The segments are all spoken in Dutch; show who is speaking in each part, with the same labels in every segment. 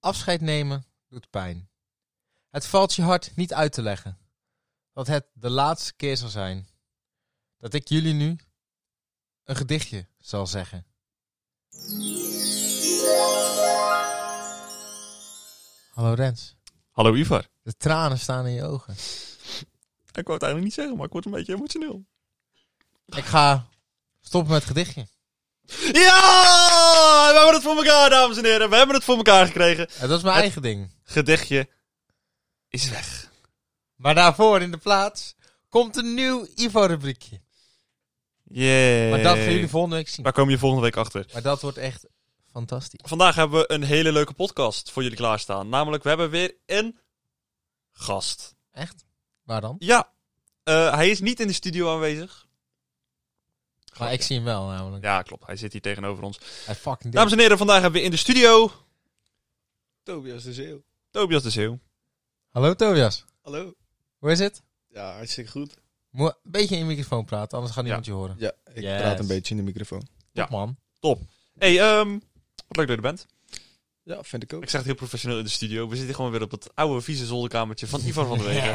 Speaker 1: Afscheid nemen doet pijn. Het valt je hart niet uit te leggen dat het de laatste keer zal zijn dat ik jullie nu een gedichtje zal zeggen. Hallo Rens,
Speaker 2: Hallo Ivar.
Speaker 1: de tranen staan in je ogen.
Speaker 2: Ik wou het eigenlijk niet zeggen, maar ik word een beetje emotioneel.
Speaker 1: Ik ga stoppen met het gedichtje.
Speaker 2: Ja! We hebben het voor elkaar, dames en heren. We hebben het voor elkaar gekregen.
Speaker 1: En dat is mijn
Speaker 2: Het-
Speaker 1: eigen ding.
Speaker 2: Gedichtje is weg.
Speaker 1: Maar daarvoor in de plaats komt een nieuw Ivo-rubriekje.
Speaker 2: Yeah.
Speaker 1: Maar dat gaan jullie volgende week zien.
Speaker 2: Daar komen je volgende week achter.
Speaker 1: Maar dat wordt echt fantastisch.
Speaker 2: Vandaag hebben we een hele leuke podcast voor jullie klaarstaan. Namelijk, we hebben weer een gast.
Speaker 1: Echt? Waar dan?
Speaker 2: Ja, eh, hij is niet in de studio aanwezig.
Speaker 1: Maar ik zie hem wel namelijk.
Speaker 2: Ja, klopt. Hij zit hier tegenover ons.
Speaker 1: Hij fucking
Speaker 2: Dames en heren, vandaag hebben we in de studio
Speaker 3: Tobias de Zeeuw.
Speaker 2: Tobias de Zeeuw.
Speaker 1: Hallo Tobias,
Speaker 3: Hallo.
Speaker 1: hoe is het?
Speaker 3: Ja, hartstikke goed.
Speaker 1: Moet een beetje in de microfoon praten, anders gaat niemand je horen.
Speaker 3: Ja, ik
Speaker 1: Yes.
Speaker 3: praat een beetje in de microfoon.
Speaker 2: Ja.
Speaker 1: Top, man.
Speaker 2: hey, ehm, wat leuk dat je er bent.
Speaker 3: Ja, vind ik ook.
Speaker 2: Ik zeg het heel professioneel in de studio. We zitten gewoon weer op het oude vieze zolderkamertje van Ivan van der Wegen.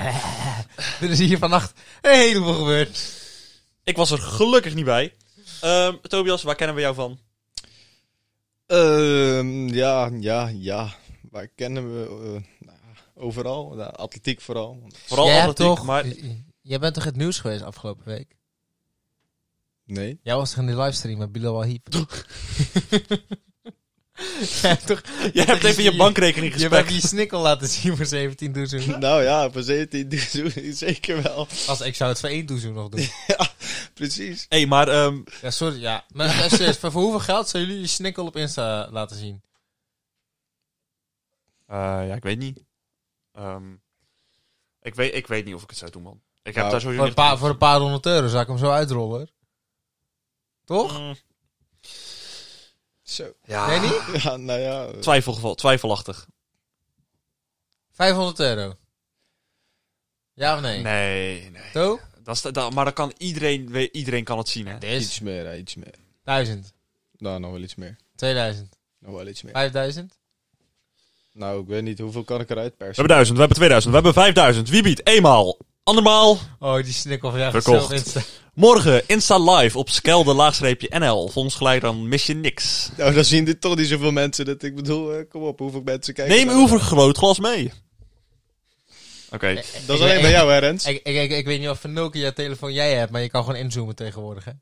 Speaker 1: er is hier vannacht een heleboel gebeurd.
Speaker 2: Ik was er gelukkig niet bij. Ehm, Tobias, waar kennen we jou van?
Speaker 3: Ehm, ja, ja, ja. Waar kennen we? eh, nou, overal. Nou, atletiek vooral.
Speaker 2: Vooral
Speaker 1: Jij
Speaker 2: atletiek,
Speaker 1: toch,
Speaker 2: maar
Speaker 1: Jij bent toch het nieuws geweest afgelopen week?
Speaker 3: Nee.
Speaker 1: Jij was toch in die livestream met Bilal Wahib? Jij hebt toch
Speaker 2: je hebt even je bankrekening
Speaker 1: je hebt
Speaker 2: gespekt.
Speaker 1: die snikkel laten zien voor 17 doezoen.
Speaker 3: Nou ja, voor 17 doen ze zeker wel.
Speaker 1: Als ik zou het voor 1 doezoen nog doen.
Speaker 3: Precies.
Speaker 2: hey, maar ehm,
Speaker 1: Ja, sorry, ja. Maar eh, serieus, voor voor hoeveel geld zouden jullie je snikkel op Insta laten zien?
Speaker 2: eh, ja, ik weet niet. Ehm, ik, weet, ik weet niet of ik het zou doen, man. Ik heb
Speaker 3: Nou,
Speaker 2: daar sowieso
Speaker 1: Voor een,
Speaker 2: niet-
Speaker 1: paar, voor een paar honderd euro zou ik hem zo uitrollen. hoor. Toch?
Speaker 2: Mm,
Speaker 3: Zo.
Speaker 2: ja,
Speaker 1: Nee, niet?
Speaker 3: Ja, nou ja. eh,
Speaker 2: Twijfelgeval, twijfelachtig.
Speaker 1: 500 euro. Ja of nee?
Speaker 2: Nee, nee.
Speaker 1: Zo?
Speaker 2: Dat is, dat, maar dan kan iedereen, we- iedereen kan het zien, hè?
Speaker 1: Dit is
Speaker 3: Iets meer, ja, iets meer.
Speaker 1: 1000,
Speaker 3: Nou, nog wel iets meer.
Speaker 1: 2000,
Speaker 3: Nog wel iets meer.
Speaker 1: 5000.
Speaker 3: Nou, ik weet niet. Hoeveel kan ik eruit
Speaker 2: We
Speaker 3: persen?
Speaker 2: hebben 1000, we hebben 2000, we hebben 5000. Wie biedt? Eenmaal. Andermaal.
Speaker 1: Oh, die snikkel van jou
Speaker 2: Verkocht.
Speaker 1: zelf Insta.
Speaker 2: Morgen Insta Live op skelde laagstreepje NL. Volgens gelijk dan mis je niks.
Speaker 3: Nou, dan zien dit toch niet zoveel mensen. Dat ik bedoel, eh, kom op. Hoeveel mensen kijken?
Speaker 2: Neem
Speaker 3: naar
Speaker 2: uw
Speaker 3: dit?
Speaker 2: vergrootglas mee. Oké.
Speaker 3: Dat is alleen bij jou, hè, Rens?
Speaker 1: Ik, ik, ik, ik weet niet wat voor Nokia telefoon jij hebt, maar je kan gewoon inzoomen tegenwoordig.
Speaker 3: Mm.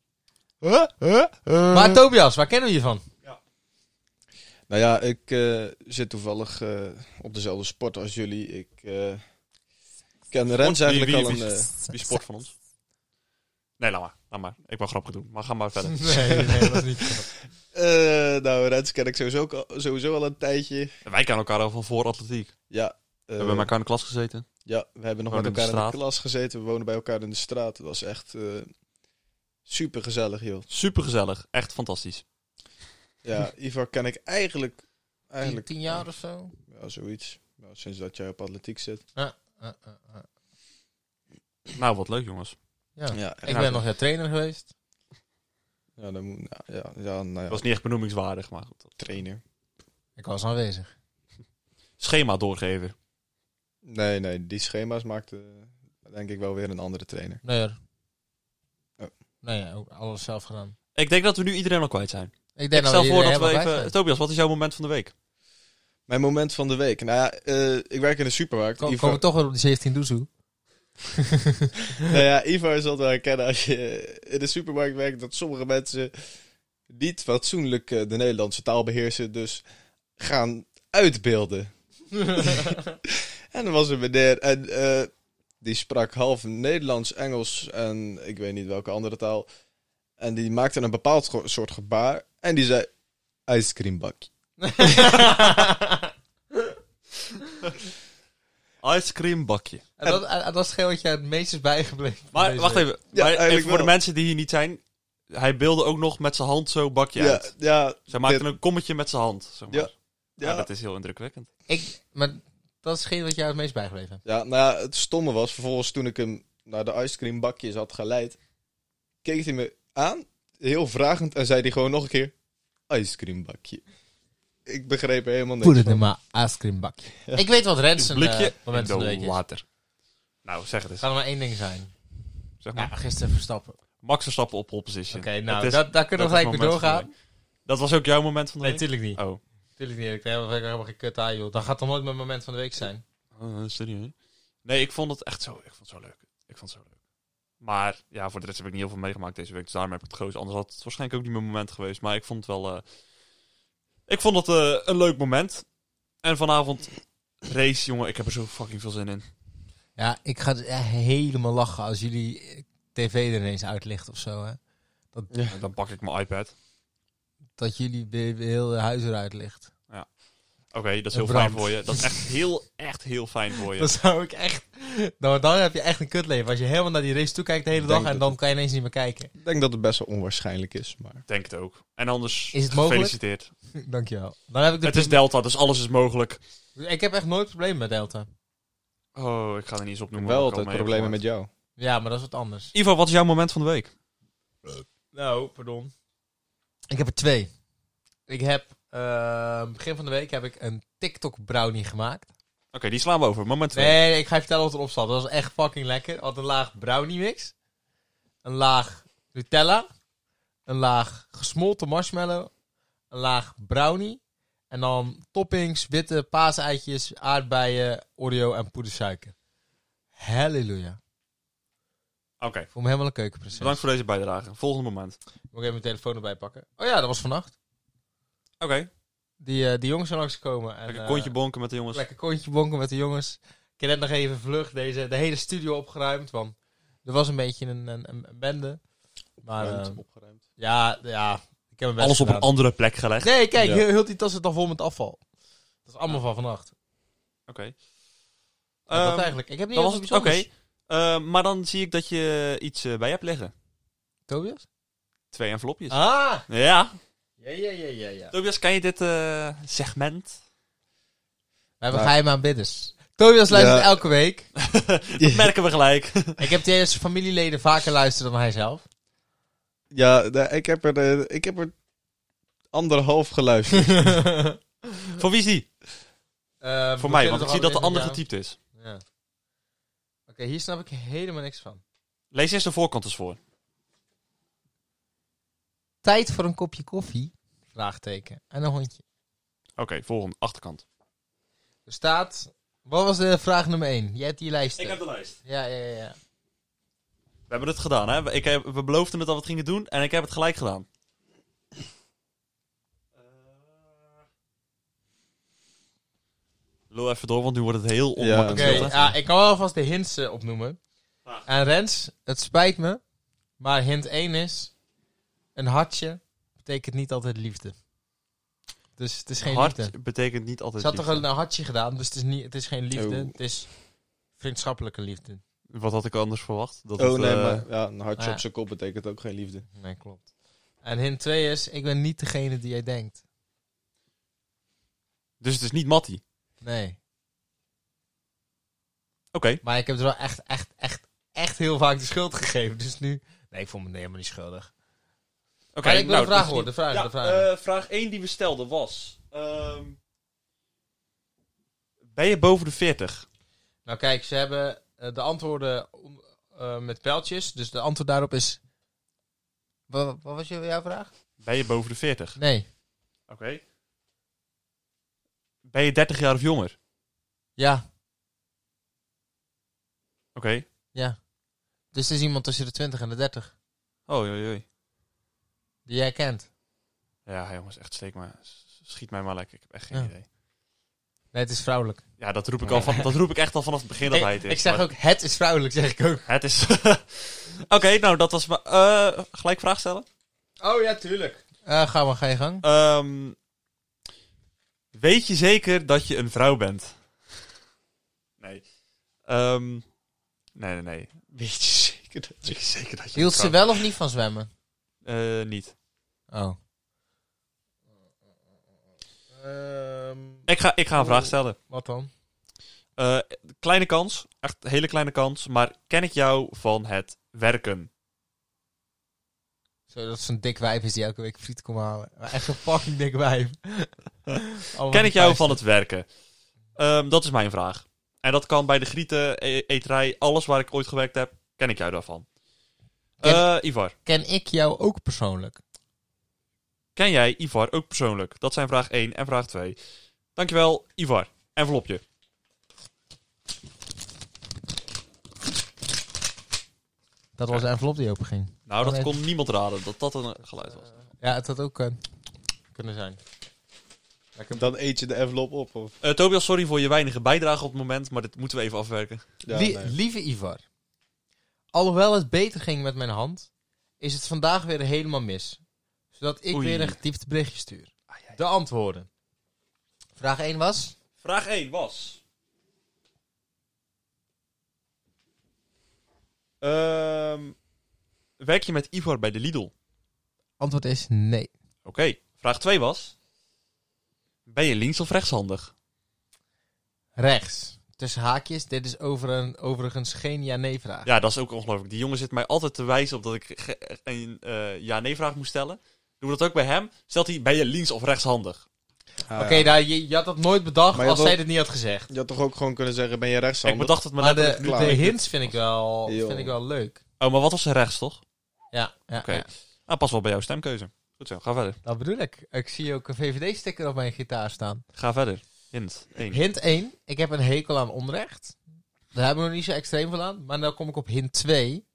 Speaker 1: Hè?
Speaker 3: Huh? Huh? Huh?
Speaker 1: Maar Tobias, waar kennen we je van?
Speaker 3: Nou ja, ik eh, zit toevallig eh, op dezelfde sport als jullie. Ik eh, ken Rens
Speaker 2: Wie-
Speaker 3: eigenlijk
Speaker 2: wie-
Speaker 3: al een...
Speaker 2: wie-
Speaker 3: eh,
Speaker 2: Wie sport van ons? Nee, laat maar. Laat maar. Ik wil grappig doen. Maar ga maar verder.
Speaker 1: Nee, nee, dat is niet. zo.
Speaker 3: eh, nou, Rens ken ik sowieso, ook al- sowieso al een tijdje.
Speaker 2: Wij kennen elkaar al van voor atletiek. We
Speaker 3: Ja, eh,
Speaker 2: hebben elkaar in de klas gezeten.
Speaker 3: ja, we hebben
Speaker 2: wonen
Speaker 3: nog met
Speaker 2: in de
Speaker 3: elkaar in de
Speaker 2: straat.
Speaker 3: klas gezeten. We wonen bij elkaar in de straat. Het was echt super gezellig, joh.
Speaker 2: Super gezellig. Echt fantastisch.
Speaker 3: Ja, Ivar ken ik eigenlijk...
Speaker 1: Tien,
Speaker 3: eigenlijk
Speaker 1: tien jaar of zo?
Speaker 3: Ja, zoiets. Nou, sinds dat jij op atletiek zit.
Speaker 1: Eh, eh, eh.
Speaker 2: Nou, wat leuk jongens.
Speaker 1: Ja.
Speaker 3: Ja, ja,
Speaker 1: Ik ben nog jouw trainer geweest.
Speaker 3: dan moet, nou, ja, ja, nou
Speaker 2: Dat
Speaker 3: ja,
Speaker 2: was niet echt benoemingswaardig, maar goed.
Speaker 3: trainer.
Speaker 1: Ik was aanwezig.
Speaker 2: Schema doorgeven.
Speaker 3: Nee, nee, die schema's maakte denk ik wel weer een andere trainer.
Speaker 1: Nee hoor.
Speaker 3: Oh.
Speaker 1: Nee, ja, ook alles zelf gedaan.
Speaker 2: Ik denk dat we nu iedereen al kwijt zijn.
Speaker 1: Ik,
Speaker 2: Ik
Speaker 1: denk
Speaker 2: stel voor
Speaker 1: iedereen
Speaker 2: dat we
Speaker 1: helemaal kwijt
Speaker 2: even... Tobias, wat is jouw moment van de week?
Speaker 3: Mijn moment van de week. Nou ja, eh, ik werk in de supermarkt.
Speaker 1: Ko-
Speaker 3: Ivar,
Speaker 1: Komen we
Speaker 2: eh,
Speaker 1: toch weer op die 17 doezoe?
Speaker 3: nou ja, Ivar zal het wel herkennen als je in de supermarkt werkt dat sommige mensen niet fatsoenlijk eh, de Nederlandse taal beheersen, dus gaan uitbeelden. en er was een meneer en eh, die sprak half Nederlands, Engels en ik weet niet welke andere taal. En die maakte een bepaald ge- soort gebaar en die zei ijscreambakje.
Speaker 2: Icecreambakje.
Speaker 1: En dat, en- en dat is hetgeen wat jij het meest is bijgebleven.
Speaker 2: Maar
Speaker 1: deze
Speaker 2: wacht
Speaker 1: week.
Speaker 2: even.
Speaker 3: Ja,
Speaker 2: Maar even
Speaker 3: eigenlijk
Speaker 2: voor de
Speaker 3: wel.
Speaker 2: mensen die hier niet zijn. Hij beelde ook nog met zijn hand zo bakje
Speaker 3: ja,
Speaker 2: uit.
Speaker 3: ja,
Speaker 2: Zij maakte
Speaker 3: Dit-
Speaker 2: een kommetje met zijn hand. Zeg maar.
Speaker 3: Ja,
Speaker 2: ja,
Speaker 3: ja.
Speaker 2: dat is heel indrukwekkend.
Speaker 1: Ik, maar dat is hetgeen wat jij het meest bijgebleven hebt.
Speaker 3: Ja, nou ja, het stomme was, vervolgens toen ik hem naar de ijscreambakjes had geleid, keek hij me aan, heel vragend, en zei hij gewoon nog een keer, ijscreambakje. ik begreep er helemaal niks
Speaker 1: Put het in
Speaker 3: van.
Speaker 1: mijn ijscreambakje. Ik weet wat Rensen
Speaker 2: blikje
Speaker 1: eh, moment van Ah. de week is. Het
Speaker 2: water. Nou, zeg het eens.
Speaker 1: kan er maar één ding zijn.
Speaker 2: Zeg
Speaker 1: Ja,
Speaker 2: maar.
Speaker 1: gisteren Verstappen. Oké,
Speaker 2: Max Verstappen op pole position.
Speaker 1: nou,
Speaker 2: Het is-
Speaker 1: dat, daar kunnen we
Speaker 2: dat is
Speaker 1: gelijk mee
Speaker 2: moment van de
Speaker 1: doorgaan.
Speaker 2: week. Dat was ook jouw moment van de
Speaker 1: Nee,
Speaker 2: week?
Speaker 1: tuurlijk niet.
Speaker 2: Oh.
Speaker 1: Tuurlijk niet. Ik heb helemaal geen kut aan, joh. Dat gaat dan nooit mijn moment van de week zijn.
Speaker 2: Eh, serieus? Nee, ik vond het echt zo, ik vond het zo leuk. Ik vond het zo leuk. Maar ja, voor de rest heb ik niet heel veel meegemaakt deze week. Dus daarom heb ik het gekozen. Anders had het waarschijnlijk ook niet mijn moment geweest. Maar ik vond het wel... eh, ik vond het eh, een leuk moment. En vanavond race, jongen. Ik heb er zo fucking veel zin in.
Speaker 1: Ja, ik ga dus echt helemaal lachen als jullie eh, tv er ineens uitlicht of zo, hè. Dat,
Speaker 2: En dan pak ik mijn iPad.
Speaker 1: dat jullie de de hele huis eruit ligt.
Speaker 2: Oké, dat is heel
Speaker 1: Brand.
Speaker 2: fijn voor je. Dat is echt heel, echt heel fijn voor je.
Speaker 1: Dan zou ik echt... Nou, dan heb je echt een kutleven. Als je helemaal naar die race toe kijkt de hele
Speaker 3: Ik
Speaker 1: dag
Speaker 3: denk
Speaker 1: en
Speaker 3: dat
Speaker 1: dan kan je ineens niet meer kijken.
Speaker 3: Ik denk dat het best wel onwaarschijnlijk is, maar...
Speaker 2: Ik Denk het ook. En anders,
Speaker 1: Is het mogelijk?
Speaker 2: gefeliciteerd.
Speaker 1: Dankjewel. Dan heb ik de
Speaker 2: Het is Delta, dus alles is mogelijk.
Speaker 1: Ik heb echt nooit problemen met Delta.
Speaker 2: Oh, ik ga er niet eens op noemen.
Speaker 3: wel
Speaker 2: wat ik
Speaker 3: altijd
Speaker 2: al mee heb
Speaker 3: problemen met
Speaker 2: gemaakt.
Speaker 3: jou.
Speaker 1: Ja, maar dat is wat anders.
Speaker 2: Ivo, wat is jouw moment van de week?
Speaker 1: Nou, pardon. Ik heb er twee. Ik heb eh, begin van de week heb ik een TikTok brownie gemaakt.
Speaker 2: Oké, die slaan we over. Moment 2.
Speaker 1: Nee, ik ga je vertellen wat erop zat. Dat was echt fucking lekker. Had een laag brownie mix, een laag Nutella, een laag gesmolten marshmallow, een laag brownie en dan toppings, witte paaseitjes, aardbeien, Oreo en poedersuiker. Halleluja.
Speaker 2: Oké,
Speaker 1: Ik voel me helemaal een keukenprinses.
Speaker 2: bedankt voor deze bijdrage. Volgende moment.
Speaker 1: Moet ik even mijn telefoon erbij pakken? Oh ja, dat was vannacht.
Speaker 2: Oké,
Speaker 1: Die, eh, die jongens zijn langsgekomen. En,
Speaker 2: lekker
Speaker 1: eh,
Speaker 2: kontje bonken met de jongens.
Speaker 1: lekker kontje bonken met de jongens. Ik heb net nog even vlug deze, de hele studio opgeruimd. Want er was een beetje een, een, een- een bende. Maar eh,
Speaker 3: opgeruimd.
Speaker 1: ja, ja, ik heb mijn best
Speaker 2: Alles op een
Speaker 1: gedaan.
Speaker 2: andere plek gelegd.
Speaker 1: Nee, kijk,
Speaker 3: Ja.
Speaker 1: heel, heel die tas zit dan vol met afval. Dat is allemaal van vannacht.
Speaker 2: Oké.
Speaker 1: Ja, dat
Speaker 2: Ehm,
Speaker 1: eigenlijk. Ik heb niet
Speaker 2: dan
Speaker 1: heel
Speaker 2: was
Speaker 1: veel
Speaker 2: het-
Speaker 1: bijzonders.
Speaker 2: eh, maar dan zie ik dat je iets eh, bij hebt liggen.
Speaker 1: Tobias?
Speaker 2: Twee envelopjes.
Speaker 1: Ah!
Speaker 2: Ja,
Speaker 1: Ja, ja, ja, ja, ja.
Speaker 2: Tobias, kan je dit eh, segment?
Speaker 1: We hebben
Speaker 3: Nou.
Speaker 1: geheim aan bidders. Tobias luistert
Speaker 3: Ja.
Speaker 1: elke week.
Speaker 2: Dat merken we gelijk.
Speaker 1: Ik heb die zijn familieleden vaker luisteren dan hij zelf.
Speaker 3: Ja, nou, ik, heb er, eh, ik heb er anderhalf geluisterd.
Speaker 2: voor wie is die?
Speaker 1: Eh, we
Speaker 2: Voor mij,
Speaker 1: kunnen
Speaker 2: want ik
Speaker 1: toch
Speaker 2: zie dat de
Speaker 1: allemaal
Speaker 2: ander
Speaker 1: in-
Speaker 2: getypt is.
Speaker 1: ja. Ja. Oké, hier snap ik helemaal niks van.
Speaker 2: Lees eerst de voorkant eens voor.
Speaker 1: Tijd voor een kopje koffie? Vraagteken. En een hondje.
Speaker 2: Oké, volgende. Achterkant.
Speaker 1: Er staat... Wat was de vraag nummer 1? Jij hebt die lijst. hè?
Speaker 2: de lijst.
Speaker 1: Ja, ja, ja, ja.
Speaker 2: We hebben het gedaan, hè? We- Ik heb, we beloofden het dat we het gingen doen en ik heb het gelijk gedaan. Eh. Lul even door, want nu wordt het heel
Speaker 1: Oké, ah,
Speaker 2: ongemakkelijk. stil, hè?
Speaker 1: ja, ik kan wel alvast de hints eh, opnoemen.
Speaker 2: Graag.
Speaker 1: En Rens, het spijt me, maar hint 1 is... Een hartje betekent niet altijd liefde. Dus het is geen
Speaker 2: Hart
Speaker 1: liefde.
Speaker 2: betekent niet altijd
Speaker 1: Ze had toch
Speaker 2: liefde.
Speaker 1: een hartje gedaan, dus het is, niet, het is geen liefde.
Speaker 3: Oh.
Speaker 1: Het is vriendschappelijke liefde.
Speaker 2: Wat had ik anders verwacht? Dat
Speaker 3: Oh
Speaker 2: het,
Speaker 3: nee,
Speaker 2: eh,
Speaker 3: maar ja, een hartje
Speaker 1: nou ja.
Speaker 3: op zijn kop betekent ook geen liefde.
Speaker 1: Nee, klopt. En hint 2 is, ik ben niet degene die jij denkt.
Speaker 2: Dus het is niet Matty.
Speaker 1: Nee.
Speaker 2: Oké,
Speaker 1: Maar ik heb er wel echt, echt, echt, echt heel vaak de schuld gegeven. Dus nu... Nee, ik voel me helemaal niet schuldig.
Speaker 2: oké.
Speaker 1: maar ik wil
Speaker 2: nou,
Speaker 1: de vraag
Speaker 2: dat is
Speaker 1: horen,
Speaker 2: niet-
Speaker 1: de vraag,
Speaker 2: Ja,
Speaker 1: de vraag.
Speaker 2: eh, vraag 1 die we stelden was... ehm, ben je boven de 40?
Speaker 1: Nou kijk, ze hebben eh, de antwoorden om- eh, met pijltjes. Dus de antwoord daarop is... Wa- Wat, was je- jouw vraag?
Speaker 2: Ben je boven de 40?
Speaker 1: Nee.
Speaker 2: Oké. Ben je 30 jaar of jonger?
Speaker 1: Ja,
Speaker 2: Oké.
Speaker 1: ja. Dus er is iemand tussen de 20 en de 30
Speaker 2: Oh, joi, joi.
Speaker 1: die jij kent.
Speaker 2: Ja, jongens, echt steek maar. S- Schiet mij maar lekker. Ik heb echt geen
Speaker 1: Ja.
Speaker 2: idee.
Speaker 1: Nee, het is vrouwelijk.
Speaker 2: Ja, dat roep ik, al van, dat roep ik echt al vanaf het begin dat
Speaker 1: Ik-
Speaker 2: hij het is.
Speaker 1: ik zeg
Speaker 2: maar
Speaker 1: ook, het is vrouwelijk, zeg ik ook.
Speaker 2: Het is... Oké, nou, dat was... mijn- eh, gelijk vraag stellen.
Speaker 1: Oh ja, tuurlijk. Eh, ga maar, ga je gang.
Speaker 2: Ehm, weet je zeker dat je een vrouw bent? Nee. Ehm, nee, nee, nee.
Speaker 3: Weet je zeker dat
Speaker 2: Weet je zeker dat je
Speaker 1: Hield
Speaker 2: een
Speaker 1: ze
Speaker 2: vrouw
Speaker 1: wel of niet van zwemmen?
Speaker 2: Eh, niet.
Speaker 1: Oh.
Speaker 2: Ik ga, ik ga een vraag stellen.
Speaker 1: wat dan?
Speaker 2: Eh, kleine kans. Echt hele kleine kans. Maar ken ik jou van het werken?
Speaker 1: Zodat zo'n dik wijf is die elke week friet komt halen. Maar echt een fucking dik wijf. Allemaal
Speaker 2: Ken
Speaker 1: die
Speaker 2: ik
Speaker 1: vuisten.
Speaker 2: jou van het werken? Ehm, dat is mijn vraag. En dat kan bij de Grieten, e- Eterij, alles waar ik ooit gewerkt heb, ken ik jou daarvan.
Speaker 1: Ken-
Speaker 2: Eh, Ivar,
Speaker 1: Ken ik jou ook persoonlijk?
Speaker 2: ken jij Ivar ook persoonlijk? Dat zijn vraag 1 en vraag 2. Dankjewel, Ivar. Envelopje.
Speaker 1: Dat was de envelop die openging.
Speaker 2: Nou, dat
Speaker 1: Oké.
Speaker 2: kon niemand raden dat dat een geluid was.
Speaker 1: Ja, het had ook eh, kunnen zijn.
Speaker 3: Dan eet je de envelop op. Of,
Speaker 2: Eh, Tobias, sorry voor je weinige bijdrage op het moment, maar dit moeten we even afwerken.
Speaker 3: ja,
Speaker 1: Lie-
Speaker 3: nee.
Speaker 1: Lieve Ivar, alhoewel het beter ging met mijn hand, is het vandaag weer helemaal mis. Zodat ik
Speaker 2: Oei.
Speaker 1: weer een getiefd berichtje stuur. De antwoorden. Vraag 1 was...
Speaker 2: Vraag 1 was... Ehm, werk je met Ivar bij de Lidl?
Speaker 1: Antwoord is nee.
Speaker 2: Oké, vraag 2 was... Ben je links of rechtshandig?
Speaker 1: Rechts. Tussen haakjes, dit is over een, overigens geen ja-nee vraag.
Speaker 2: Ja, dat is ook ongelooflijk. Die jongen zit mij altijd te wijzen op dat ik ge- een eh, ja-nee-vraag moest stellen. Doen we dat ook bij hem? Stelt hij, ben je links of rechtshandig?
Speaker 3: Ah,
Speaker 1: Oké,
Speaker 3: ja.
Speaker 1: nou, je, je had dat nooit bedacht
Speaker 3: Maar
Speaker 1: als
Speaker 3: je
Speaker 1: zij
Speaker 3: had ook-
Speaker 1: dit niet had gezegd.
Speaker 3: Je had toch ook gewoon kunnen zeggen, ben je
Speaker 2: Ik
Speaker 3: rechtshandig?
Speaker 2: bedacht het maar
Speaker 1: Maar de,
Speaker 2: net.
Speaker 1: de,
Speaker 3: klaar.
Speaker 1: hints vind ik, wel,
Speaker 3: Yo.
Speaker 1: vind ik wel leuk.
Speaker 2: Oh, maar wat was rechts, toch?
Speaker 1: Ja, ja,
Speaker 2: Oké.
Speaker 1: ja.
Speaker 2: Nou, pas wel bij jouw stemkeuze. Goed zo, ga verder.
Speaker 1: dat bedoel ik. Ik zie ook een VVD-sticker op mijn gitaar staan.
Speaker 2: Ga verder. Hint 1.
Speaker 1: Hint 1. Ik heb een hekel aan onrecht. Daar hebben we nog niet zo extreem van aan. Maar dan kom ik op hint 2.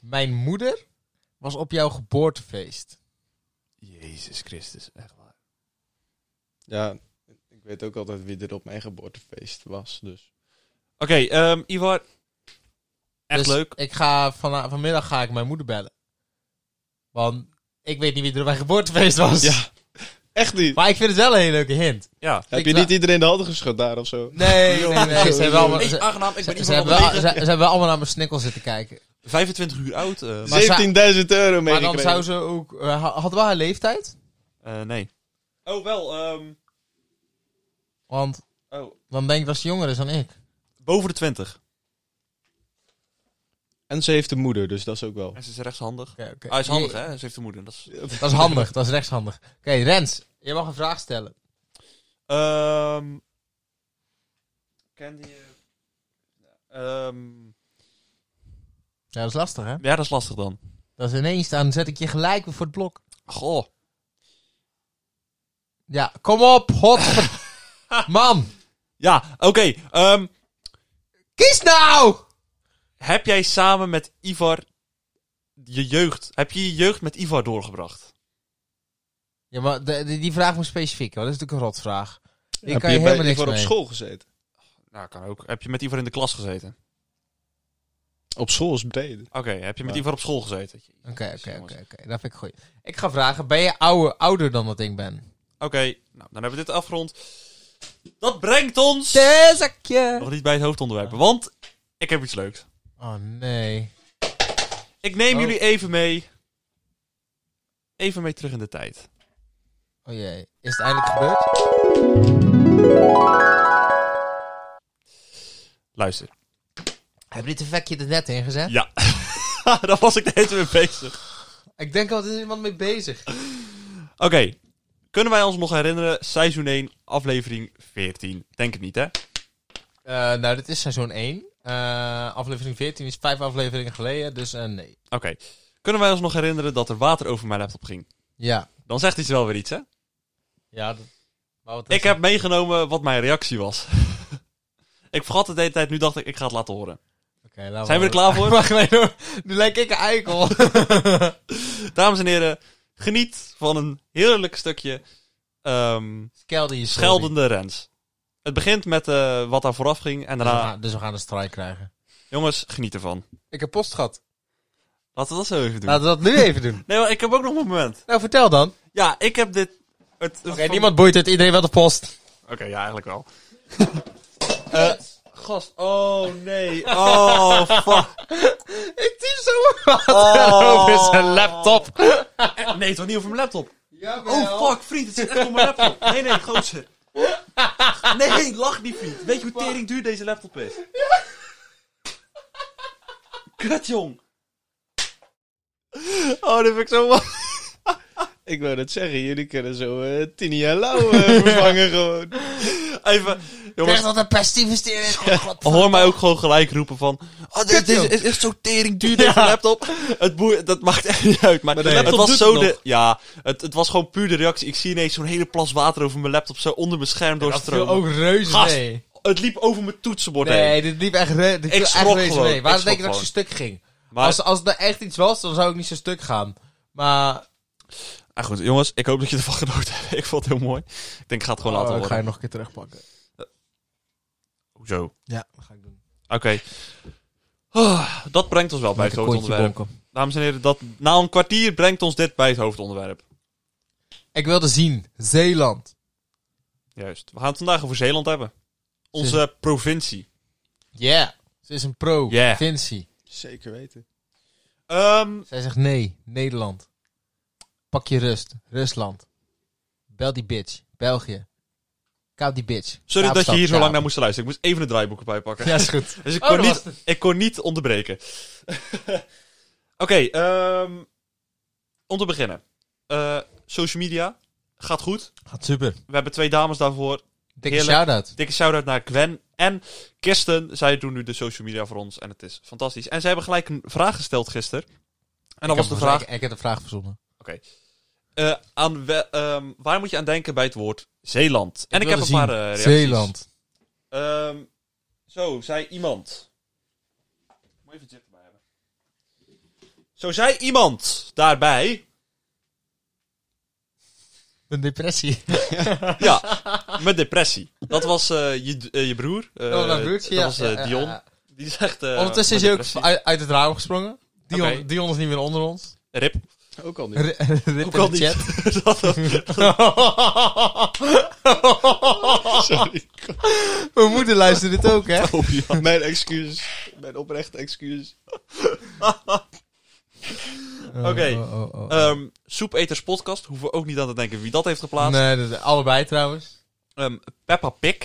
Speaker 1: Mijn moeder was op jouw geboortefeest.
Speaker 2: Jezus Christus, echt waar.
Speaker 3: Ja, ik weet ook altijd wie er op mijn geboortefeest was. Dus.
Speaker 2: Oké, ehm, Ivar. Echt
Speaker 1: Dus
Speaker 2: leuk.
Speaker 1: Ik ga van, vanmiddag ga ik mijn moeder bellen. Want ik weet niet wie er op mijn geboortefeest was.
Speaker 3: Ja, echt niet.
Speaker 1: Maar ik vind het wel een hele leuke hint.
Speaker 2: Ja.
Speaker 3: Heb
Speaker 1: ik
Speaker 3: je
Speaker 1: wel-
Speaker 3: niet iedereen de handen geschud daar of zo?
Speaker 1: Nee, nee, nee. Ze hebben allemaal, ze,
Speaker 2: Hey, aangenaam, ik ben
Speaker 1: ze- ze
Speaker 2: Ivar
Speaker 1: hebben
Speaker 2: van
Speaker 1: wel-
Speaker 2: de
Speaker 1: ze,
Speaker 2: Wegen.
Speaker 1: ze hebben allemaal naar mijn snikkel zitten kijken.
Speaker 2: 25 uur oud. eh,
Speaker 1: Maar
Speaker 3: 17.000 euro mee
Speaker 1: Maar dan zou ze ook... eh, ha- hadden we haar leeftijd?
Speaker 2: eh, nee. Oh, wel. ehm,
Speaker 1: Want
Speaker 2: oh.
Speaker 1: dan denk ik dat ze jonger is dan ik.
Speaker 2: Boven de 20.
Speaker 3: En ze heeft een moeder, dus dat is ook wel.
Speaker 2: En ze is rechtshandig.
Speaker 1: Oké, oké.
Speaker 2: Hij is handig,
Speaker 1: Je-
Speaker 2: hè? Ze heeft een moeder. Dat is...
Speaker 1: Dat is handig, dat is rechtshandig. Oké, Rens, je mag een vraag stellen.
Speaker 2: Ehm Kende je... Ehm,
Speaker 1: Ja, dat is lastig, hè?
Speaker 2: ja, dat is lastig dan.
Speaker 1: Dat is ineens, dan zet ik je gelijk weer voor het blok.
Speaker 2: Goh.
Speaker 1: Ja, kom op, hot. Man,
Speaker 2: Ja, oké. ehm,
Speaker 1: kies nou!
Speaker 2: heb jij samen met Ivar je jeugd... Heb je je jeugd met Ivar doorgebracht?
Speaker 1: Ja, maar de- de- die vraag moet specifiek, want dat is natuurlijk een rotvraag. Hier
Speaker 3: Heb
Speaker 1: kan je,
Speaker 3: bij
Speaker 1: helemaal niks
Speaker 3: Ivar
Speaker 1: mee.
Speaker 3: op school gezeten?
Speaker 2: Nou, kan ook. Heb je met Ivar in de klas gezeten?
Speaker 3: Op school is breed.
Speaker 2: Oké, heb je met
Speaker 3: Ja.
Speaker 2: Ivar op school gezeten?
Speaker 1: Oké, oké,
Speaker 2: Jongens.
Speaker 1: oké, oké. Dat vind ik goed. Ik ga vragen, ben je ouder, ouder dan dat ik ben?
Speaker 2: Oké, nou, dan hebben we dit afgerond. Dat brengt ons...
Speaker 1: Tezakje!
Speaker 2: Nog niet bij het hoofdonderwerp, want ik heb iets leuks.
Speaker 1: Oh, nee.
Speaker 2: Ik neem
Speaker 1: Oh.
Speaker 2: jullie even mee... Even mee terug in de tijd.
Speaker 1: Oh jee, is het eindelijk gebeurd?
Speaker 2: Luister.
Speaker 1: Hebben dit effectje er net in gezet?
Speaker 2: Ja. Daar was ik de hele tijd mee bezig.
Speaker 1: Ik denk al, er is iemand mee bezig.
Speaker 2: Oké. Kunnen wij ons nog herinneren, seizoen 1, aflevering 14? Denk het niet, hè?
Speaker 1: Eh, nou, dit is seizoen 1. Eh, aflevering 14 is vijf afleveringen geleden, dus eh, nee.
Speaker 2: Oké. Kunnen wij ons nog herinneren dat er water over mijn laptop ging?
Speaker 1: Ja.
Speaker 2: Dan zegt iets wel weer iets, hè?
Speaker 1: Ja, dat... maar wat is
Speaker 2: Ik heb meegenomen wat mijn reactie was. ik vergat het de hele tijd, nu dacht ik, ik ga het laten horen.
Speaker 1: Oké, laten
Speaker 2: Zijn we er
Speaker 1: maar-
Speaker 2: klaar voor?
Speaker 1: Wacht even, hoor. nu lijk ik een eikel.
Speaker 2: Dames en heren, geniet van een heerlijk stukje ehm,
Speaker 1: Skelde je story.
Speaker 2: scheldende Rens. Het begint met eh, wat daar vooraf ging en
Speaker 1: Dus we,
Speaker 2: daarna...
Speaker 1: gaan, dus we gaan een strike krijgen.
Speaker 2: Jongens, geniet ervan.
Speaker 1: Ik heb post gehad.
Speaker 2: Laten we dat zo even doen.
Speaker 1: Laten we dat nu even doen.
Speaker 2: Nee, maar ik heb ook nog een moment.
Speaker 1: Nou, vertel dan. Oké,
Speaker 2: Ja, ik heb dit. het- het- van-
Speaker 1: niemand boeit het. Iedereen wel de post.
Speaker 2: Oké, ja, eigenlijk wel.
Speaker 1: Eh,
Speaker 2: Gast. Oh nee. Oh fuck.
Speaker 1: ik typ zo wat
Speaker 2: Oh.
Speaker 1: over zijn laptop.
Speaker 2: Nee, toch niet over mijn laptop.
Speaker 1: Jawel.
Speaker 2: Oh fuck, vriend, het zit echt op mijn laptop. Nee, nee, gozer. Nee, lach niet, vriend. Weet je hoe tering duur deze laptop is? Kut, jong. Oh, dat vind ik zo mooi.
Speaker 3: Ik wou dat zeggen, jullie kunnen zo eh Tini en Lau eh, vervangen gewoon.
Speaker 2: Even, jongens,
Speaker 1: dat een pestinvestering. Oh, god.
Speaker 2: hoor mij ook gewoon gelijk roepen van... Oh, dit,
Speaker 1: Kut,
Speaker 2: dit
Speaker 1: joh.
Speaker 2: is echt zo tering duur, deze laptop. Het boe- dat maakt echt niet uit. Maar,
Speaker 3: Maar de
Speaker 2: het
Speaker 3: laptop
Speaker 2: was
Speaker 3: doet
Speaker 2: zo
Speaker 3: het
Speaker 2: de...
Speaker 3: nog.
Speaker 2: Ja, het, het was gewoon puur de reactie. Ik zie ineens zo'n hele plas water over mijn laptop zo onder mijn scherm
Speaker 1: Dat viel
Speaker 2: doorstromen.
Speaker 1: ook reuze
Speaker 2: Gast.
Speaker 1: mee.
Speaker 2: Het liep over mijn toetsenbord heen.
Speaker 1: Nee, dit liep echt, reu dit
Speaker 2: Ik
Speaker 1: viel echt
Speaker 2: schrok
Speaker 1: reuze
Speaker 2: gewoon.
Speaker 1: mee.
Speaker 2: Ik
Speaker 1: Waarom
Speaker 2: schrok
Speaker 1: denk je dat ik zo stuk ging?
Speaker 2: Maar,
Speaker 1: Als, als er echt iets was, dan zou ik niet zo stuk gaan. Maar...
Speaker 2: Ah, goed, jongens, ik hoop dat je ervan genoten hebt. Ik vond het heel mooi. Ik denk, ik ga het gewoon laten
Speaker 1: Oh, ik ga je
Speaker 2: horen.
Speaker 1: nog een keer terugpakken.
Speaker 2: Hoezo?
Speaker 1: Ja, dat ga ik doen.
Speaker 2: Oké. Ah, dat brengt ons wel bij het
Speaker 1: Lekker kontje
Speaker 2: hoofdonderwerp.
Speaker 1: bonken.
Speaker 2: Dames en heren, dat, na een kwartier brengt ons dit bij het hoofdonderwerp.
Speaker 1: Ik wilde zien. Zeeland.
Speaker 2: Juist. We gaan het vandaag over Zeeland hebben. Onze provincie.
Speaker 1: Yeah. Ze is een pro.
Speaker 2: Yeah.
Speaker 1: Vinci.
Speaker 3: Zeker weten.
Speaker 2: Ehm,
Speaker 1: Zij zegt nee, Nederland. Pak je rust, Rusland. Bel die bitch, België. Koud die bitch.
Speaker 2: sorry dat je
Speaker 1: Kaapstad,
Speaker 2: hier zo lang
Speaker 1: Kaap.
Speaker 2: naar moest luisteren. Ik moest even de draaiboek erbij pakken.
Speaker 1: Ja, is goed.
Speaker 2: Dus ik
Speaker 1: Oh,
Speaker 2: kon,
Speaker 1: dat
Speaker 2: niet,
Speaker 1: was
Speaker 2: ik kon niet onderbreken. Oké, ehm, om te beginnen. Eh, social media gaat goed.
Speaker 1: Gaat super.
Speaker 2: We hebben twee dames daarvoor.
Speaker 1: Dikke
Speaker 2: Heerlijk.
Speaker 1: shout-out.
Speaker 2: Dikke shout-out naar Gwen en Kirsten. Zij doen nu de social media voor ons en het is fantastisch. En zij hebben gelijk een vraag gesteld gisteren. En dan was de vraag,
Speaker 1: Ik, ik heb de vraag verzonnen.
Speaker 2: eh, aan we- ehm, waar moet je aan denken bij het woord Zeeland? en ik heb
Speaker 1: wilde
Speaker 2: een
Speaker 1: zien.
Speaker 2: paar eh, reacties.
Speaker 1: Zeeland.
Speaker 2: Ehm, zo, zei iemand. Moet even zitten bij hebben. Zo zei iemand daarbij.
Speaker 1: Een depressie.
Speaker 2: ja, met depressie. Dat was eh, je, eh, je broer. eh,
Speaker 1: Oh, dat broertje, ja,
Speaker 2: was eh,
Speaker 1: ja, ja,
Speaker 2: Dion.
Speaker 1: ja.
Speaker 2: Die zegt. eh,
Speaker 1: Ondertussen is hij
Speaker 2: met
Speaker 1: ook
Speaker 2: depressie.
Speaker 1: uit, uit het raam gesprongen. Dion,
Speaker 2: Oké.
Speaker 1: Dion is niet meer onder ons.
Speaker 2: Rip.
Speaker 3: Ook al niet.
Speaker 1: R- Rip in
Speaker 2: Ook al
Speaker 1: de chat.
Speaker 2: niet. Dat-
Speaker 3: Sorry.
Speaker 1: Mijn moeder luistert dit ook, hè?
Speaker 3: Mijn excuses. Mijn oprechte excuses.
Speaker 2: Oké.
Speaker 1: Oh, oh, oh, oh.
Speaker 2: Ehm, Soepeters podcast. Hoeven we ook niet aan te denken wie dat heeft geplaatst.
Speaker 1: nee, dat- allebei trouwens.
Speaker 2: Ehm, Peppa Pig.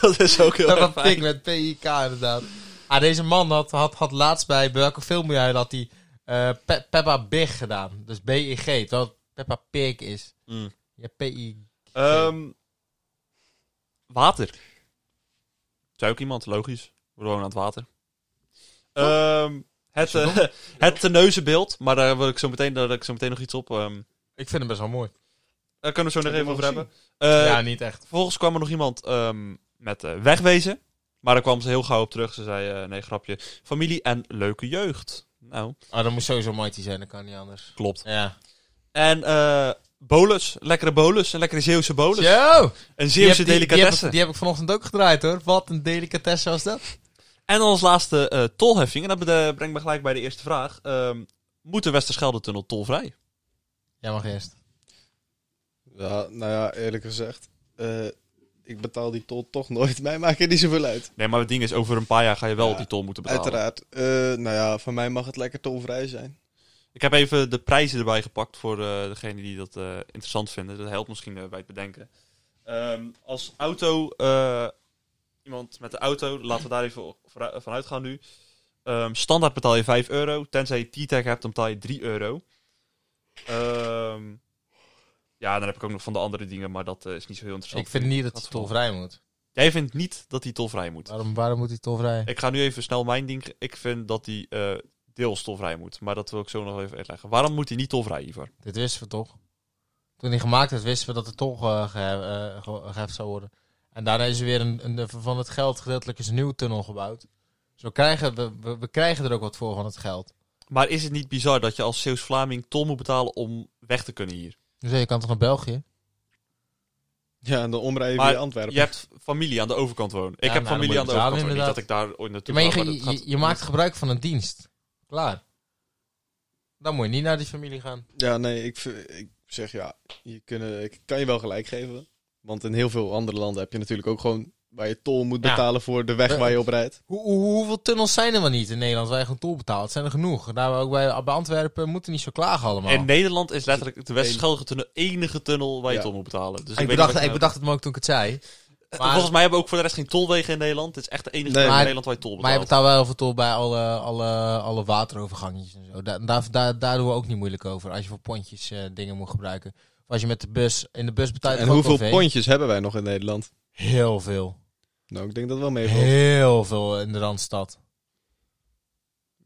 Speaker 2: dat is ook heel
Speaker 1: Dat
Speaker 2: erg
Speaker 1: was
Speaker 2: fijn.
Speaker 1: pik met PIK inderdaad. Ah, deze man had, had, had laatst bij, bij welke film jij had hij eh, Pe- Peppa Big gedaan. Dus B-I-G, terwijl het Peppa Pig is.
Speaker 2: Mm.
Speaker 1: Ja, P-I...
Speaker 2: Ehm, water. Zou ook iemand, logisch. We wonen aan het water. Ehm, het, eh, het teneuzenbeeld. Maar daar wil ik zo meteen, daar wil ik zo meteen nog iets op. ehm,
Speaker 1: Ik vind hem best wel mooi.
Speaker 2: daar kunnen we zo nog
Speaker 3: Heb je
Speaker 2: even over
Speaker 3: hem
Speaker 2: hebben. Eh,
Speaker 1: ja, niet echt.
Speaker 2: Vervolgens kwam er nog iemand ehm, met eh, wegwezen. Maar daar kwam ze heel gauw op terug. Ze zei, eh, nee grapje, familie en leuke jeugd. Nou,
Speaker 1: Ah, dat moet sowieso Mighty zijn, dat kan niet anders.
Speaker 2: klopt.
Speaker 1: Ja.
Speaker 2: En eh bolus, lekkere bolus, een lekkere Zeeuwse bolus.
Speaker 1: Yo!
Speaker 2: Een
Speaker 1: Die heb,
Speaker 2: Zeeuwse
Speaker 1: die, die
Speaker 2: delicatesse.
Speaker 1: heb, die heb ik vanochtend ook gedraaid hoor. Wat een delicatesse was dat.
Speaker 2: En dan als laatste eh, tolheffing. En dat bede- brengt me gelijk bij de eerste vraag. Ehm, moet de Westerschelde-tunnel tolvrij?
Speaker 1: Jij mag eerst.
Speaker 3: Ja, nou ja, eerlijk gezegd. eh, ik betaal die tol toch nooit. Mij maakt het niet zoveel uit.
Speaker 2: Nee, maar het ding is, over een paar jaar ga je wel
Speaker 3: Ja,
Speaker 2: die tol moeten betalen.
Speaker 3: Uiteraard. Eh, nou ja, van mij mag het lekker tolvrij zijn.
Speaker 2: Ik heb even de prijzen erbij gepakt voor eh degene die dat eh, interessant vinden. Dat helpt misschien eh, bij het bedenken. Ehm, als auto, eh, iemand met de auto, laten we daar even vooru- van uitgaan nu. Ehm, standaard betaal je 5 euro. Tenzij je T-tag hebt, dan betaal je 3 euro. Ehm, ja, dan heb ik ook nog van de andere dingen, maar dat eh, is niet zo heel interessant.
Speaker 1: Ik vind niet dat hij
Speaker 2: Wat voor-
Speaker 1: tolvrij moet.
Speaker 2: Jij vindt niet dat die tolvrij moet.
Speaker 1: Waarom, waarom moet hij tolvrij?
Speaker 2: Ik ga nu even snel mijn ding. ge- Ik vind dat die eh deels tolvrij moet. Maar dat wil ik zo nog even uitleggen. Waarom moet die niet tolvrij, Ivar?
Speaker 1: Dit wisten we toch? Toen die gemaakt werd, wisten we dat de tol eh, gehe- eh, ge- geheft zou worden. En daarna is er weer een, een, van het geld gedeeltelijk is een nieuw tunnel gebouwd. Dus we krijgen, we, we, we krijgen er ook wat voor van het geld.
Speaker 2: Maar is het niet bizar dat je als Zeeuws-Vlaming tol moet betalen om weg te kunnen hier?
Speaker 1: Dus je kan toch naar België?
Speaker 3: Ja, en dan omrijden
Speaker 2: Maar
Speaker 3: via Antwerpen.
Speaker 2: Je hebt familie aan de overkant wonen. Ik
Speaker 1: Ja,
Speaker 2: heb
Speaker 1: nou,
Speaker 2: familie aan
Speaker 1: dan
Speaker 2: de
Speaker 1: moet je
Speaker 2: overkant wonen.
Speaker 1: betalen,
Speaker 2: Niet dat ik daar ooit naartoe
Speaker 1: maar je,
Speaker 2: ga,
Speaker 1: ge-
Speaker 2: dat gaat-
Speaker 1: je, je maakt gebruik van een dienst. Klaar. Dan moet je niet naar die familie gaan.
Speaker 3: Ja, nee, ik, v- ik zeg ja, je kunnen, ik kan je wel gelijk geven. Want in heel veel andere landen heb je natuurlijk ook gewoon waar je tol moet
Speaker 1: Ja.
Speaker 3: betalen voor de weg
Speaker 1: Ja.
Speaker 3: waar je op rijdt.
Speaker 1: Hoe, hoe- hoeveel tunnels zijn er wel niet in Nederland waar je gewoon tol betaalt? Het zijn er genoeg. Daar ook bij, bij Antwerpen moeten niet zo klagen allemaal.
Speaker 2: In Nederland is letterlijk de Westschelde tunnel enige tunnel waar je
Speaker 3: Ja.
Speaker 2: tol moet betalen. Dus
Speaker 1: ik,
Speaker 2: weet
Speaker 1: bedacht,
Speaker 2: niet wat
Speaker 1: ik
Speaker 2: je nou-
Speaker 1: bedacht het me ook toen ik het zei. Maar-
Speaker 2: Volgens mij hebben we ook voor de rest geen tolwegen in Nederland. Het is echt de enige
Speaker 3: Nee.
Speaker 2: plek in
Speaker 1: Maar-
Speaker 2: Nederland waar je tol
Speaker 1: Maar je
Speaker 2: betaalt.
Speaker 1: betaalt wel voor tol bij alle, alle, alle waterovergangetjes en zo. Da- daar, daar, daar doen we ook niet moeilijk over. Als je voor pontjes eh, dingen moet gebruiken. Of als je met de bus in de bus betaalt.
Speaker 3: En
Speaker 1: gewoon
Speaker 3: hoeveel
Speaker 1: café.
Speaker 3: pontjes hebben wij nog in Nederland?
Speaker 1: Heel veel.
Speaker 3: Nou, ik denk dat wel mee valt.
Speaker 1: Heel veel in de Randstad.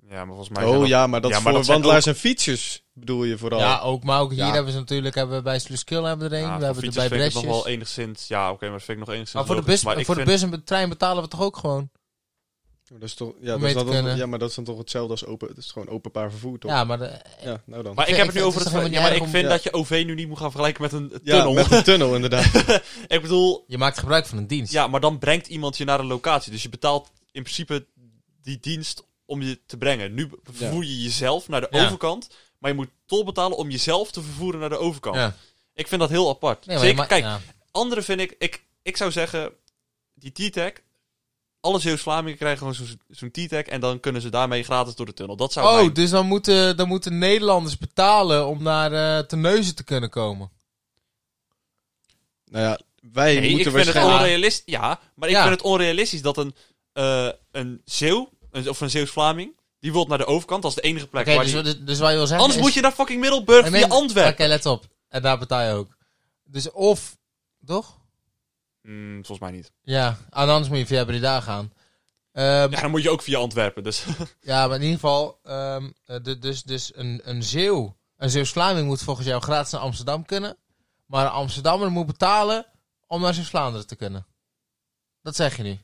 Speaker 2: Ja, maar volgens mij... zijn
Speaker 3: Oh
Speaker 2: dat-
Speaker 3: ja, maar dat
Speaker 2: Ja,
Speaker 3: is
Speaker 2: maar
Speaker 3: voor
Speaker 2: dat zijn
Speaker 3: wandelaars en fietsers bedoel je vooral.
Speaker 1: Ja, ook. Maar ook hier
Speaker 3: Ja.
Speaker 1: hebben ze natuurlijk hebben we bij Sluskill hebben we er een. we
Speaker 2: Ja, voor
Speaker 1: hebben er
Speaker 2: fietsers
Speaker 1: bij
Speaker 2: vind ik het
Speaker 1: Bresjes.
Speaker 2: nog wel enigszins... Ja, oké, maar dat vind ik nog
Speaker 1: Maar
Speaker 2: enigszins
Speaker 1: voor, de
Speaker 2: logisch.
Speaker 1: bus,
Speaker 2: Maar ik
Speaker 1: voor
Speaker 2: vind-
Speaker 1: de bus en de trein betalen we toch ook gewoon?
Speaker 3: Maar Dat is toch, ja,
Speaker 1: Om
Speaker 3: dat is
Speaker 1: mee te
Speaker 3: dan-
Speaker 1: kunnen.
Speaker 3: ja, maar dat is dan toch hetzelfde als open. Het is gewoon openbaar vervoer, toch?
Speaker 1: Ja, maar eh, de-
Speaker 3: Ja, nou dan.
Speaker 2: Maar ik
Speaker 1: Ik
Speaker 2: heb het nu
Speaker 1: vind-
Speaker 2: over
Speaker 1: het is
Speaker 2: het... ver-
Speaker 1: helemaal
Speaker 2: Ja, maar
Speaker 1: niet
Speaker 2: ik
Speaker 1: erg
Speaker 2: vind
Speaker 3: om-
Speaker 2: dat je OV nu niet moet gaan vergelijken met een
Speaker 3: ja,
Speaker 2: tunnel.
Speaker 3: met een tunnel inderdaad.
Speaker 2: ik bedoel,
Speaker 1: je maakt gebruik van een dienst.
Speaker 2: Ja, maar dan brengt iemand je naar een locatie. Dus je betaalt in principe die dienst om je te brengen. Nu vervoer je jezelf naar de
Speaker 1: Ja.
Speaker 2: overkant. Maar je moet tol betalen om jezelf te vervoeren naar de overkant.
Speaker 1: Ja.
Speaker 2: Ik vind dat heel apart.
Speaker 1: Nee, maar je
Speaker 2: Zeker,
Speaker 1: ma-
Speaker 2: kijk,
Speaker 1: ja.
Speaker 2: andere vind ik, ik... Ik zou zeggen, die T-Tag... Alle Zeeuws-Vlamingen krijgen gewoon zo'n zo'n T-Tag... en dan kunnen ze daarmee gratis door de tunnel. Dat zou
Speaker 1: Oh,
Speaker 2: mijn-
Speaker 1: dus dan moeten, dan moeten Nederlanders betalen om naar eh Terneuzen te kunnen komen.
Speaker 3: nou ja, wij
Speaker 2: Nee, ik
Speaker 3: moeten
Speaker 2: vind het
Speaker 3: waarschijnlijk...
Speaker 2: onrealistisch. Ja, maar ik
Speaker 1: Ja.
Speaker 2: vind het onrealistisch dat een, eh, een Zeeuw, een, of een Zeeuws-Vlaming, die wil naar de overkant als de enige plek.
Speaker 1: Oké,
Speaker 2: waar
Speaker 1: dus,
Speaker 2: die-
Speaker 1: dus, dus wat je wil zeggen
Speaker 2: Anders
Speaker 1: is-
Speaker 2: moet je naar fucking Middelburg
Speaker 1: En
Speaker 2: via
Speaker 1: men- Oké,
Speaker 2: Antwerpen.
Speaker 1: let op. En daar betaal je ook. Dus of, toch?
Speaker 2: Mm, volgens mij niet.
Speaker 1: Ja, en anders moet je via Breda gaan. Ehm,
Speaker 2: Ja,
Speaker 1: ja.
Speaker 2: dan moet je ook via Antwerpen. Dus.
Speaker 1: maar in ieder geval, ehm, eh, de- dus, dus een, een Zeeuw, een Zeeuws-Vlaming moet volgens jou gratis naar Amsterdam kunnen. Maar een Amsterdammer moet betalen om naar Zeeuws-Vlaanderen te kunnen. Dat zeg je nu.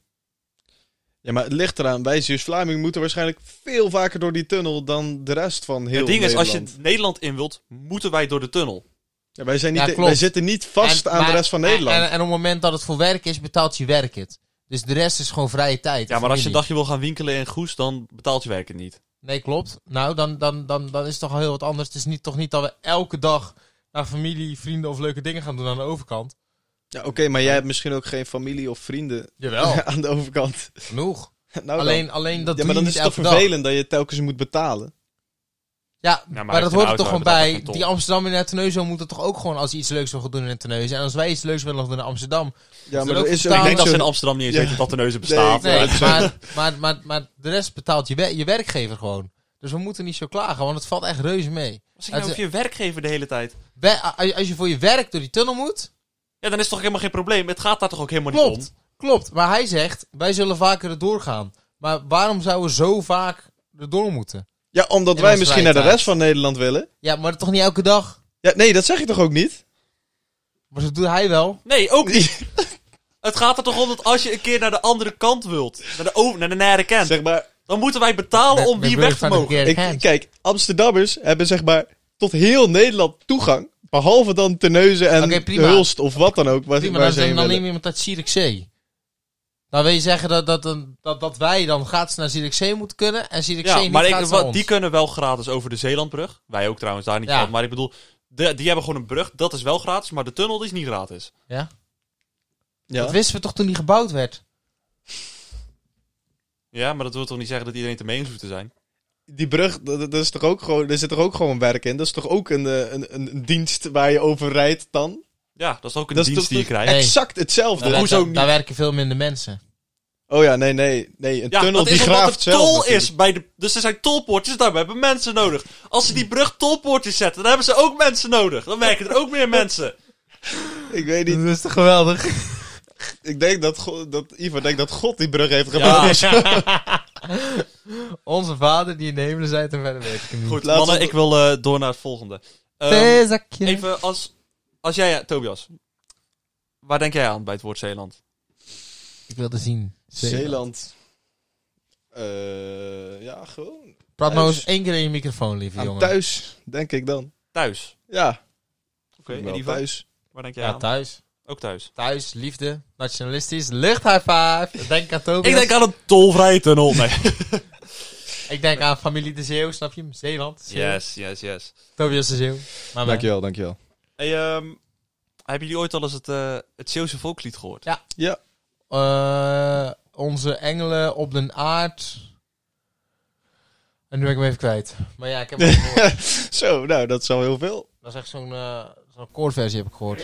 Speaker 3: Ja, maar het ligt eraan. Wij Zeeuws-Vlamingen moeten waarschijnlijk veel vaker door die tunnel dan de rest van heel
Speaker 2: het ding is, als je
Speaker 3: Nederland.
Speaker 2: het Nederland in wilt, moeten wij door de tunnel.
Speaker 3: Ja, wij, zijn
Speaker 1: Ja,
Speaker 3: niet,
Speaker 1: klopt.
Speaker 3: wij zitten niet vast
Speaker 1: En-
Speaker 3: aan
Speaker 1: maar-
Speaker 3: de rest van
Speaker 1: en-
Speaker 3: Nederland.
Speaker 1: En, en, op het moment dat het voor werk is, betaalt je werk het. Dus de rest is gewoon vrije tijd.
Speaker 2: Ja, maar als je
Speaker 1: familie.
Speaker 2: een dagje wil gaan winkelen in Goes, dan betaalt je werken niet.
Speaker 1: Nee, klopt. Nou, dan, dan, dan, dan is het toch al heel wat anders. Het is niet, toch niet dat we elke dag naar familie, vrienden of leuke dingen gaan doen aan de overkant.
Speaker 3: Ja, oké, maar jij hebt misschien ook geen familie of vrienden
Speaker 1: Jawel.
Speaker 3: aan de overkant.
Speaker 1: Genoeg.
Speaker 3: Nou dan.
Speaker 1: Alleen, alleen dat
Speaker 3: ja,
Speaker 1: doe
Speaker 3: maar dan
Speaker 1: je
Speaker 3: is
Speaker 1: niet
Speaker 3: het toch
Speaker 1: elke dag.
Speaker 3: vervelend dat je telkens moet betalen?
Speaker 1: Ja,
Speaker 2: maar
Speaker 1: maar,
Speaker 2: hij
Speaker 1: dat
Speaker 2: heeft
Speaker 1: hoort
Speaker 2: een
Speaker 1: er toch
Speaker 2: auto,
Speaker 1: gewoon
Speaker 2: hij
Speaker 1: bij.
Speaker 2: betaalt geen tol.
Speaker 1: Die Amsterdammer naar Terneuzen moeten toch ook gewoon als ze iets leuks wil gaan doen in Terneuzen. En als wij iets leuks willen gaan doen in Amsterdam.
Speaker 3: Ja, maar
Speaker 1: ook
Speaker 3: er is
Speaker 1: vertalen?
Speaker 2: Ik denk dat ze in
Speaker 3: zo'n-
Speaker 2: Amsterdam niet eens
Speaker 3: Ja.
Speaker 2: weten dat de neuzen bestaat.
Speaker 3: Nee,
Speaker 1: Nee,
Speaker 3: dat is-
Speaker 1: maar, maar, maar, maar de rest betaalt je, wer- je werkgever gewoon. Dus we moeten niet zo klagen, want het valt echt reuze mee.
Speaker 2: Wat zeg je nou
Speaker 1: Het-
Speaker 2: over je werkgever de hele tijd?
Speaker 1: Wer- a- als je voor je werk door die tunnel moet,
Speaker 2: Ja, dan is het toch helemaal geen probleem. Het gaat daar toch ook helemaal niet om.
Speaker 1: klopt. Klopt, maar hij zegt, wij zullen vaker erdoor gaan. Maar waarom zouden we zo vaak erdoor moeten?
Speaker 3: Ja, omdat
Speaker 1: in
Speaker 3: wij
Speaker 1: onze
Speaker 3: misschien
Speaker 1: vrije
Speaker 3: naar de
Speaker 1: tijd.
Speaker 3: rest van Nederland willen.
Speaker 1: Ja, maar toch niet elke dag?
Speaker 3: Ja, nee, dat zeg je toch ook niet?
Speaker 1: Maar dat doet hij wel.
Speaker 2: Nee, ook niet. Het gaat er toch om dat als je een keer naar de andere kant wilt, naar de, o- naar de nare kant,
Speaker 3: Zeg maar,
Speaker 2: dan moeten wij betalen om
Speaker 1: Met-
Speaker 2: die
Speaker 1: met
Speaker 2: weg te
Speaker 1: Burger
Speaker 2: mogen.
Speaker 1: van de Kerk.
Speaker 3: ik, kijk, Amsterdammers hebben zeg maar tot heel Nederland toegang. Behalve dan Terneuzen en
Speaker 1: Oké, prima.
Speaker 3: Hulst of wat dan ook, waar,
Speaker 1: Prima,
Speaker 3: waar
Speaker 1: dan,
Speaker 3: ze heen
Speaker 1: dan, dan
Speaker 3: willen.
Speaker 1: neem je iemand uit Zierikzee. Dan Nou, wil je zeggen dat, dat, dat, dat, dat wij dan gratis naar Zierikzee moeten kunnen en Zierikzee
Speaker 2: Ja,
Speaker 1: niet
Speaker 2: maar ik,
Speaker 1: gratis
Speaker 2: wa-
Speaker 1: naar ons.
Speaker 2: die kunnen wel gratis over de Zeelandbrug. Wij ook trouwens, daar niet
Speaker 1: Ja.
Speaker 2: van. Maar ik bedoel, de- die hebben gewoon een brug. Dat is wel gratis, maar de tunnel die is niet gratis.
Speaker 1: Ja? Dat
Speaker 3: Ja.
Speaker 1: wisten we toch toen die gebouwd werd?
Speaker 2: Ja, maar dat wil toch niet zeggen dat iedereen het ermee eens hoeft te zijn?
Speaker 3: Die brug, dat, dat is toch ook gewoon, daar zit toch ook gewoon werk in? Dat is toch ook een, eh, een, een, een dienst waar je over rijdt dan?
Speaker 2: Ja, dat is ook een
Speaker 3: Dat is
Speaker 2: dienst die
Speaker 3: toch
Speaker 2: je
Speaker 3: niet-
Speaker 2: krijgt.
Speaker 1: Nee.
Speaker 3: Exact hetzelfde.
Speaker 1: Daar,
Speaker 2: hoezo
Speaker 1: daar-
Speaker 2: niet?
Speaker 1: daar werken veel minder mensen.
Speaker 3: Oh ja, nee, nee, nee. Een
Speaker 2: Ja,
Speaker 3: tunnel
Speaker 2: dat
Speaker 3: die
Speaker 2: is omdat
Speaker 3: graaft
Speaker 2: er
Speaker 3: zelf.
Speaker 2: tol
Speaker 3: natuurlijk.
Speaker 2: is. Bij de, dus er zijn tolpoortjes, daarom hebben mensen nodig. Als ze die brug tolpoortjes zetten, dan hebben ze ook mensen nodig. Dan werken er ook meer mensen.
Speaker 3: Ik weet niet.
Speaker 1: is toch geweldig?
Speaker 3: Ik denk dat, Go- dat Ivo denkt dat God die brug heeft gebouwd.
Speaker 2: Ja,
Speaker 1: Onze vader die in de hemelen zijt en verder weet ik hem niet.
Speaker 2: goed.
Speaker 3: Laten
Speaker 2: Mannen,
Speaker 3: we-
Speaker 2: ik wil eh, door naar het volgende. Ehm,
Speaker 1: Theezakje.
Speaker 2: even als, als jij, eh, Tobias, waar denk jij aan bij het woord Zeeland?
Speaker 1: Ik wilde zien.
Speaker 3: Zeeland. Eh, ja, gewoon.
Speaker 1: Praat nou
Speaker 3: Thuis.
Speaker 1: eens één keer in je microfoon, lieve
Speaker 3: Aan
Speaker 1: jongen.
Speaker 3: thuis, denk ik dan.
Speaker 2: Thuis.
Speaker 3: Ja,
Speaker 2: Oké,
Speaker 3: wel
Speaker 2: en Ivo,
Speaker 3: thuis.
Speaker 2: waar denk jij
Speaker 1: Ja,
Speaker 2: aan?
Speaker 1: thuis.
Speaker 2: ook thuis.
Speaker 1: Thuis, liefde, nationalistisch, lucht high five. Denk aan Tobias.
Speaker 2: Ik denk aan een tolvrije tunnel. Nee.
Speaker 1: Ik denk aan familie de Zeeuw, snap je? hem? Zeeland. Zeeuw.
Speaker 2: yes, yes, yes.
Speaker 1: Tobias de Zeeuw. Maar wij-
Speaker 3: Dankjewel, dankjewel.
Speaker 2: Hey, ehm, hebben jullie ooit al eens het, eh het Zeeuwse volkslied gehoord?
Speaker 1: Ja.
Speaker 3: Ja.
Speaker 1: Eh, onze engelen op den aard. En nu ben ik hem even kwijt. Maar ja, ik heb hem gehoord.
Speaker 3: Zo, nou, dat is al heel veel.
Speaker 1: Dat is echt zo'n eh, zo'n koorversie heb ik gehoord.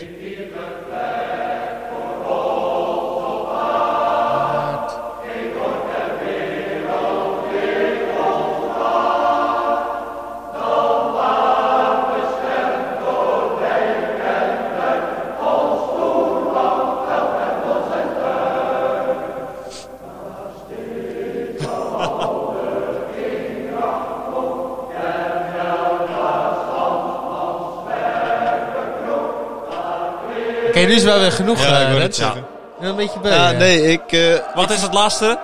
Speaker 1: Oké, nu is wel weer genoeg.
Speaker 3: Ja,
Speaker 1: eh,
Speaker 3: ik wil
Speaker 1: Rens.
Speaker 3: het
Speaker 2: ja.
Speaker 3: zeggen.
Speaker 1: Nu een beetje bij.
Speaker 3: Ja,
Speaker 1: eh.
Speaker 3: nee, ik... eh,
Speaker 2: Wat is het laatste?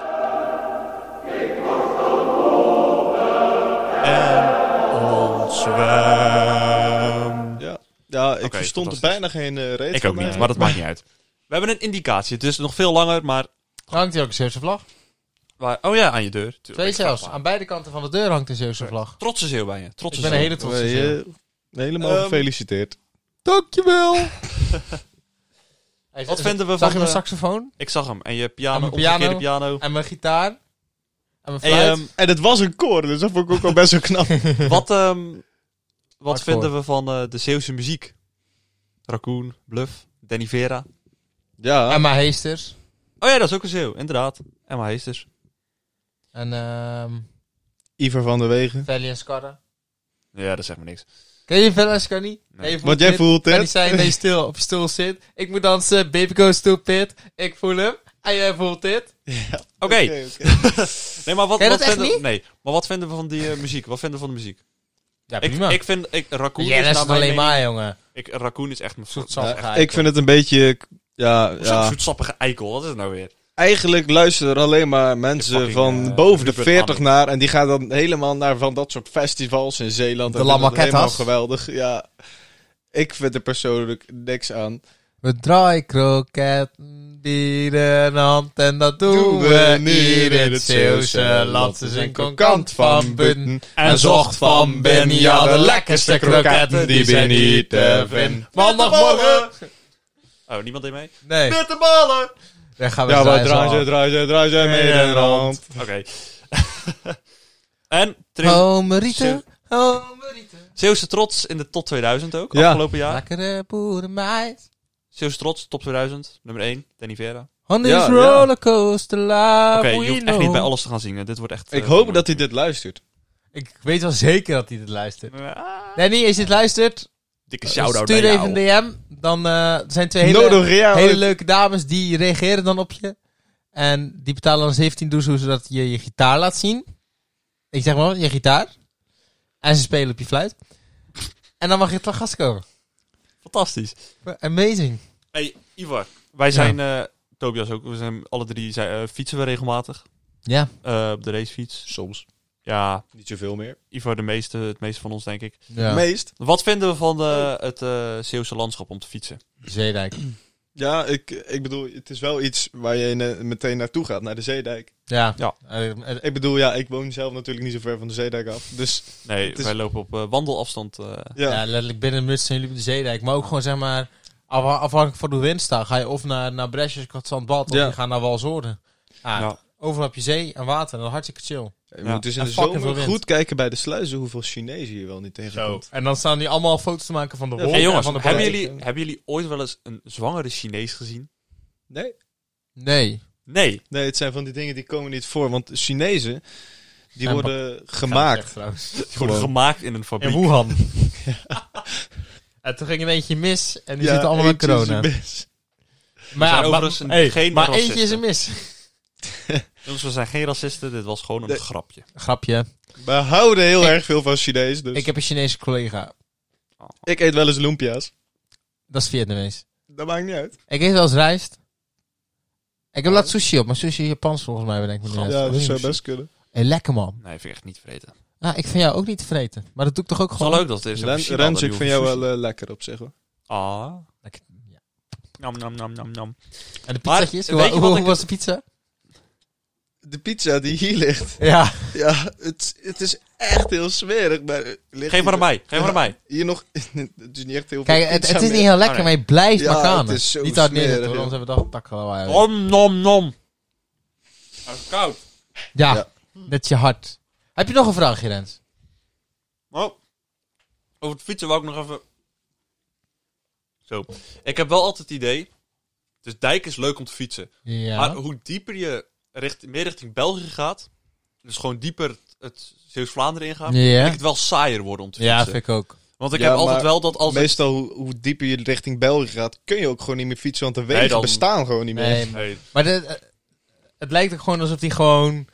Speaker 3: ja, ja, ik
Speaker 2: Oké,
Speaker 3: verstond er
Speaker 2: fantastisch.
Speaker 3: bijna geen eh reet
Speaker 2: Ik
Speaker 3: van,
Speaker 2: ook niet,
Speaker 3: eh.
Speaker 2: maar dat maakt niet uit. We hebben een indicatie. Het is nog veel langer, maar...
Speaker 1: Hangt hier ook een Zeeuwse vlag?
Speaker 2: waar- oh ja, aan je deur. Tuurlijk,
Speaker 1: Twee
Speaker 2: ik snap
Speaker 1: zelfs.
Speaker 2: het.
Speaker 1: Aan beide kanten van de deur hangt een Zeeuwse vlag.
Speaker 2: Trotse zeeuw bij je. Trotse
Speaker 1: Ik ben een
Speaker 2: zeeuw.
Speaker 1: hele trotse
Speaker 3: Eh,
Speaker 1: Zeeuw.
Speaker 3: helemaal
Speaker 2: dus Ehm,
Speaker 3: gefeliciteerd.
Speaker 1: Dankjewel.
Speaker 2: Wat vinden we
Speaker 1: Zag
Speaker 2: van
Speaker 1: je mijn
Speaker 2: de-
Speaker 1: saxofoon?
Speaker 2: Ik zag hem. En je piano,
Speaker 1: En mijn
Speaker 2: omgekeerde
Speaker 1: piano.
Speaker 2: piano.
Speaker 1: En mijn gitaar? En mijn
Speaker 2: Hey,
Speaker 1: fluit?
Speaker 2: ehm,
Speaker 3: En het was een koor, dus dat vond ik ook al best wel knap.
Speaker 2: wat ehm, wat
Speaker 1: Hardcore.
Speaker 2: vinden we van eh, de Zeeuwse muziek? Raccoon, Bluff, Danny Vera.
Speaker 3: ja,
Speaker 1: en mijn heesters.
Speaker 2: Oh ja, dat is ook een Zeeuw, inderdaad. dus. En mijn heesters.
Speaker 1: En ehm
Speaker 3: Ivar van der Wegen.
Speaker 1: Valley en Scarra.
Speaker 2: Ja, dat zegt me niks.
Speaker 1: Ken je Valley en Scarra niet?
Speaker 2: Nee.
Speaker 1: je voelt
Speaker 3: Want jij
Speaker 1: dit.
Speaker 3: voelt
Speaker 1: En die
Speaker 3: het.
Speaker 1: zijn dat je stil op je stoel zit. Ik moet dansen, baby go stupid. Ik voel hem. En jij voelt dit.
Speaker 2: Oké.
Speaker 3: Oké, oké.
Speaker 2: Nee, maar wat,
Speaker 1: Ken je
Speaker 2: wat
Speaker 1: dat echt
Speaker 2: vinden we...
Speaker 1: niet?
Speaker 2: Nee, maar wat vinden we van die eh, muziek? Wat vinden we van de muziek?
Speaker 1: Ja,
Speaker 2: Ik, ik vind... Ik, raccoon
Speaker 1: Jij
Speaker 2: is naar
Speaker 1: luistert
Speaker 2: mijn
Speaker 1: alleen
Speaker 2: mening-
Speaker 1: maar, jongen.
Speaker 2: Ik, raccoon is echt mijn
Speaker 1: Zoetsappige
Speaker 2: favoriet.
Speaker 1: eikel.
Speaker 3: Ik vind het een beetje... Ja,
Speaker 2: Zo'n
Speaker 3: ja.
Speaker 2: zoetsappige eikel, wat is het nou weer?
Speaker 3: Eigenlijk luisteren er alleen maar mensen
Speaker 2: fucking,
Speaker 3: van
Speaker 2: eh,
Speaker 3: boven de
Speaker 2: Rupert
Speaker 3: 40
Speaker 2: Hamming.
Speaker 3: naar. En die gaan dan helemaal naar van dat soort festivals in Zeeland.
Speaker 1: De
Speaker 3: en vinden
Speaker 1: La
Speaker 3: het Helemaal
Speaker 1: Maquettas.
Speaker 3: geweldig, ja. Ik vind er persoonlijk niks aan.
Speaker 1: We draaien kroketten, bieren, hand en dat doen, we niet in het Zeeuwse land. Ze zijn konkant van Butten en zocht van Benny. Ja, de lekkerste kroketten, die zijn niet te vinden. Maandagmorgen!
Speaker 2: Oh, niemand deed mee?
Speaker 1: Nee,
Speaker 2: Met de ballen!
Speaker 1: Oh, daar gaan we
Speaker 3: Ja, maar
Speaker 1: draaien.
Speaker 3: draai ze,
Speaker 1: zo.
Speaker 3: draai ze, draai ze mee in de rand.
Speaker 2: Oké. en Trin-
Speaker 1: Home rieten, home rieten.
Speaker 2: Zeeuwse trots in de top 2000 ook,
Speaker 3: Ja.
Speaker 2: afgelopen jaar.
Speaker 1: Lekkere boerenmeid.
Speaker 2: Zeeuwse trots, top 2000, nummer 1, Danny Vera.
Speaker 1: On
Speaker 3: Ja,
Speaker 1: this
Speaker 3: ja.
Speaker 1: rollercoaster life
Speaker 2: Oké,
Speaker 1: we
Speaker 2: je hoeft echt niet bij
Speaker 1: know.
Speaker 2: alles te gaan zingen. Dit wordt echt...
Speaker 3: nou? Ik
Speaker 2: eh,
Speaker 3: hoop dat hij dit luistert.
Speaker 1: Ik weet wel zeker dat hij dit luistert.
Speaker 2: Ah,
Speaker 1: Danny, als je dit luistert,
Speaker 2: Dikke shout-out
Speaker 1: stuur
Speaker 2: naar
Speaker 1: even een
Speaker 2: jou.
Speaker 1: DM. Dan eh, er zijn twee hele...
Speaker 3: Nodig Rea.
Speaker 1: Hele leuke dames die reageren dan op je. En die betalen dan 17 doezoe zodat je je gitaar laat zien. Ik zeg maar, wat, je gitaar. En ze spelen op je fluit. En dan mag je toch gast komen.
Speaker 2: Fantastisch.
Speaker 1: Amazing.
Speaker 2: Hey, Ivar. Wij zijn, eh, Tobias ook, we zijn alle drie zijn, eh, fietsen we regelmatig.
Speaker 1: Ja.
Speaker 2: Eh, op de racefiets.
Speaker 3: Soms.
Speaker 2: Ja,
Speaker 3: Niet zoveel meer.
Speaker 2: Ivar de meeste, het meeste van ons, denk ik.
Speaker 1: ja.
Speaker 3: Meest.
Speaker 2: Wat vinden we van de, het eh, Zeeuwse landschap om te fietsen?
Speaker 1: Zeedijk.
Speaker 3: Ja, ik, ik bedoel, het is wel iets waar je ne- meteen naartoe gaat, naar de Zeedijk.
Speaker 1: Ja.
Speaker 2: Ja.
Speaker 1: Eh, eh,
Speaker 3: Ik bedoel, ja, ik woon zelf natuurlijk niet zo ver van de Zeedijk af. Dus
Speaker 2: Nee,
Speaker 3: Het is-
Speaker 2: wij lopen op eh, wandelafstand. eh,
Speaker 3: ja.
Speaker 1: Ja, letterlijk binnen een muts zijn jullie op de zeedijk. Maar ook gewoon zeg maar, afha- afhankelijk van hoe de wind staat, ga je of naar, naar Bresjes, Katzandbad, of
Speaker 3: Ja.
Speaker 1: je gaat naar Walshoorde. Ah,
Speaker 2: ja.
Speaker 1: Overal heb je zee en water, en dan hartstikke chill.
Speaker 3: Je
Speaker 2: Ja.
Speaker 3: moet dus in
Speaker 1: En
Speaker 3: de
Speaker 1: fucking
Speaker 3: zomer
Speaker 1: veel wind.
Speaker 3: goed kijken bij de sluizen hoeveel Chinezen je wel niet tegenkomt.
Speaker 1: En dan staan die allemaal foto's te maken van de
Speaker 3: Ja,
Speaker 1: wolken
Speaker 2: Hey jongens,
Speaker 1: en van de
Speaker 2: hebben
Speaker 1: bomen.
Speaker 2: jullie, hebben jullie ooit wel eens een zwangere Chinees gezien?
Speaker 3: Nee?
Speaker 1: Nee.
Speaker 2: Nee.
Speaker 3: Nee, het zijn van die dingen die komen niet voor. Want Chinezen, die
Speaker 1: En
Speaker 3: worden
Speaker 1: Ja,
Speaker 3: gemaakt.
Speaker 1: trouwens.
Speaker 2: Die worden
Speaker 3: Gewoon.
Speaker 2: gemaakt in een fabriek.
Speaker 1: In Wuhan. En toen ging er eentje mis en die zitten allemaal met
Speaker 3: eentje is
Speaker 1: corona.
Speaker 3: de best.
Speaker 1: Maar
Speaker 2: zijn
Speaker 1: ja, maar,
Speaker 2: overigens
Speaker 1: hey,
Speaker 2: geen
Speaker 1: maar
Speaker 2: racisten.
Speaker 1: eentje is een mis.
Speaker 2: Jongens, we zijn geen racisten. Dit was gewoon een
Speaker 3: Nee.
Speaker 2: grapje.
Speaker 1: Grapje.
Speaker 3: We houden heel
Speaker 1: Ik-
Speaker 3: erg veel van Chinezen, dus
Speaker 1: Ik
Speaker 3: ik,
Speaker 1: heb een Chinese collega.
Speaker 3: eet wel eens lumpia's.
Speaker 1: Dat is Vietnamees.
Speaker 3: Dat maakt niet uit.
Speaker 1: Ik eet wel eens rijst. Ik
Speaker 2: Oh.
Speaker 1: heb laat sushi op, maar sushi is Japans volgens mij, bedenk ik me nu
Speaker 3: Ja,
Speaker 1: net.
Speaker 3: dat zou best kunnen.
Speaker 1: Hey, lekker man.
Speaker 2: Nee, vind ik echt niet vreten.
Speaker 1: Nou, ik vind jou ook niet te vreten. Maar dat doe ik toch ook
Speaker 2: Het is wel
Speaker 1: gewoon.
Speaker 2: leuk dat het is.
Speaker 3: Ren- Rens, ik vind jou wel eh, lekker op zich hoor.
Speaker 2: Ah.
Speaker 1: Lekker, ja.
Speaker 2: Nam, nam, nam, nam, nam.
Speaker 1: En de
Speaker 2: Maar,
Speaker 1: pizzaatjes?
Speaker 2: weet
Speaker 1: Hoe,
Speaker 2: je
Speaker 1: hoe-
Speaker 2: wat
Speaker 1: hoe
Speaker 2: ik-
Speaker 1: was de pizza?
Speaker 3: De pizza die hier ligt,
Speaker 1: Ja.
Speaker 3: ja, het, het is echt heel smerig. Maar eh, ligt
Speaker 2: Geef maar aan
Speaker 3: hier-
Speaker 2: mij. Geef maar aan mij.
Speaker 3: Hier nog, het is niet echt heel
Speaker 1: Kijk,
Speaker 3: veel
Speaker 1: het,
Speaker 3: pizza
Speaker 1: het is
Speaker 3: meer.
Speaker 1: niet heel lekker,
Speaker 2: Oh,
Speaker 1: maar
Speaker 2: nee.
Speaker 1: je blijft
Speaker 3: Ja,
Speaker 1: maar kanen.
Speaker 3: het is zo
Speaker 1: niet hard
Speaker 3: smerig,
Speaker 1: neerzetten, hoor,
Speaker 3: joh.
Speaker 1: anders hebben we dat takken al uit.
Speaker 2: Om, nom, nom. Hij is koud.
Speaker 1: Ja,
Speaker 3: Ja.
Speaker 1: net je hart. Heb je nog een vraagje, Rens?
Speaker 2: Oh. Over het fietsen wou ik nog even... Zo. Ik heb wel altijd het idee... Dus dijk is leuk om te fietsen.
Speaker 1: Ja.
Speaker 3: Ah, oh,
Speaker 2: Maar hoe dieper je richt, meer richting België gaat, dus gewoon dieper het, het Zeeuws-Vlaanderen ingaat, vind ik
Speaker 1: ja.
Speaker 2: het wel saaier worden om te
Speaker 1: ja,
Speaker 2: fietsen.
Speaker 1: vind ik ook.
Speaker 2: Want ik
Speaker 3: Ja,
Speaker 2: heb altijd
Speaker 3: maar
Speaker 2: wel dat als...
Speaker 3: Meestal, hoe, hoe dieper je richting België gaat, kun je ook gewoon niet meer fietsen, want de wegen
Speaker 2: Nee, dan-
Speaker 3: bestaan gewoon niet meer.
Speaker 1: Nee, maar-
Speaker 2: Nee,
Speaker 1: maar de- eh, het lijkt ook gewoon alsof die gewoon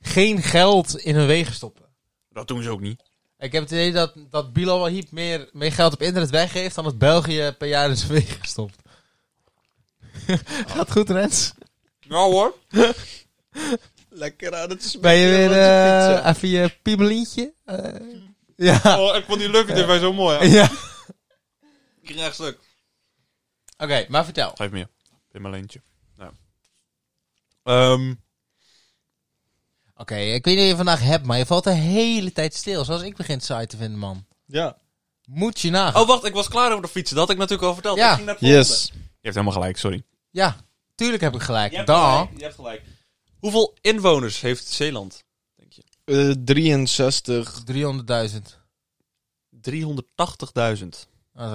Speaker 1: geen geld in hun wegen stoppen.
Speaker 2: dat doen ze ook niet.
Speaker 1: Ik heb het idee dat, dat Bilal Wahib meer, meer geld op internet weggeeft dan dat België per jaar in zijn wegen stopt. Gaat goed, Rens.
Speaker 2: Nou hoor.
Speaker 3: Lekker ah, aan het
Speaker 1: Ben je weer
Speaker 3: smeren van
Speaker 1: eh,
Speaker 3: pizza.
Speaker 1: even je piemelientje? Eh, ja.
Speaker 2: Oh, ik vond die lukken erbij zo mooi.
Speaker 1: ja.
Speaker 2: Ik ging echt stuk.
Speaker 1: Oké, maar vertel.
Speaker 2: Geef meer. In mijn leentje. Ja. Ehm,
Speaker 1: Oké, ik weet niet of je vandaag hebt, maar je valt de hele tijd stil. Zoals ik begin saai te vinden, man.
Speaker 3: Ja.
Speaker 1: Moet je nagaan.
Speaker 2: oh, wacht. Ik was klaar over de fietsen. Dat had ik natuurlijk al verteld.
Speaker 1: Ja.
Speaker 2: Ik ging naar het volgende.
Speaker 3: Yes.
Speaker 2: Je hebt helemaal gelijk. Sorry.
Speaker 1: Ja, tuurlijk heb ik gelijk.
Speaker 2: Je hebt
Speaker 1: Dan.
Speaker 2: gelijk, Je hebt gelijk. Hoeveel inwoners heeft Zeeland? Denk je?
Speaker 3: Eh, 63.
Speaker 1: 300.000. Nou,
Speaker 2: 380.000.
Speaker 1: Ah, dat is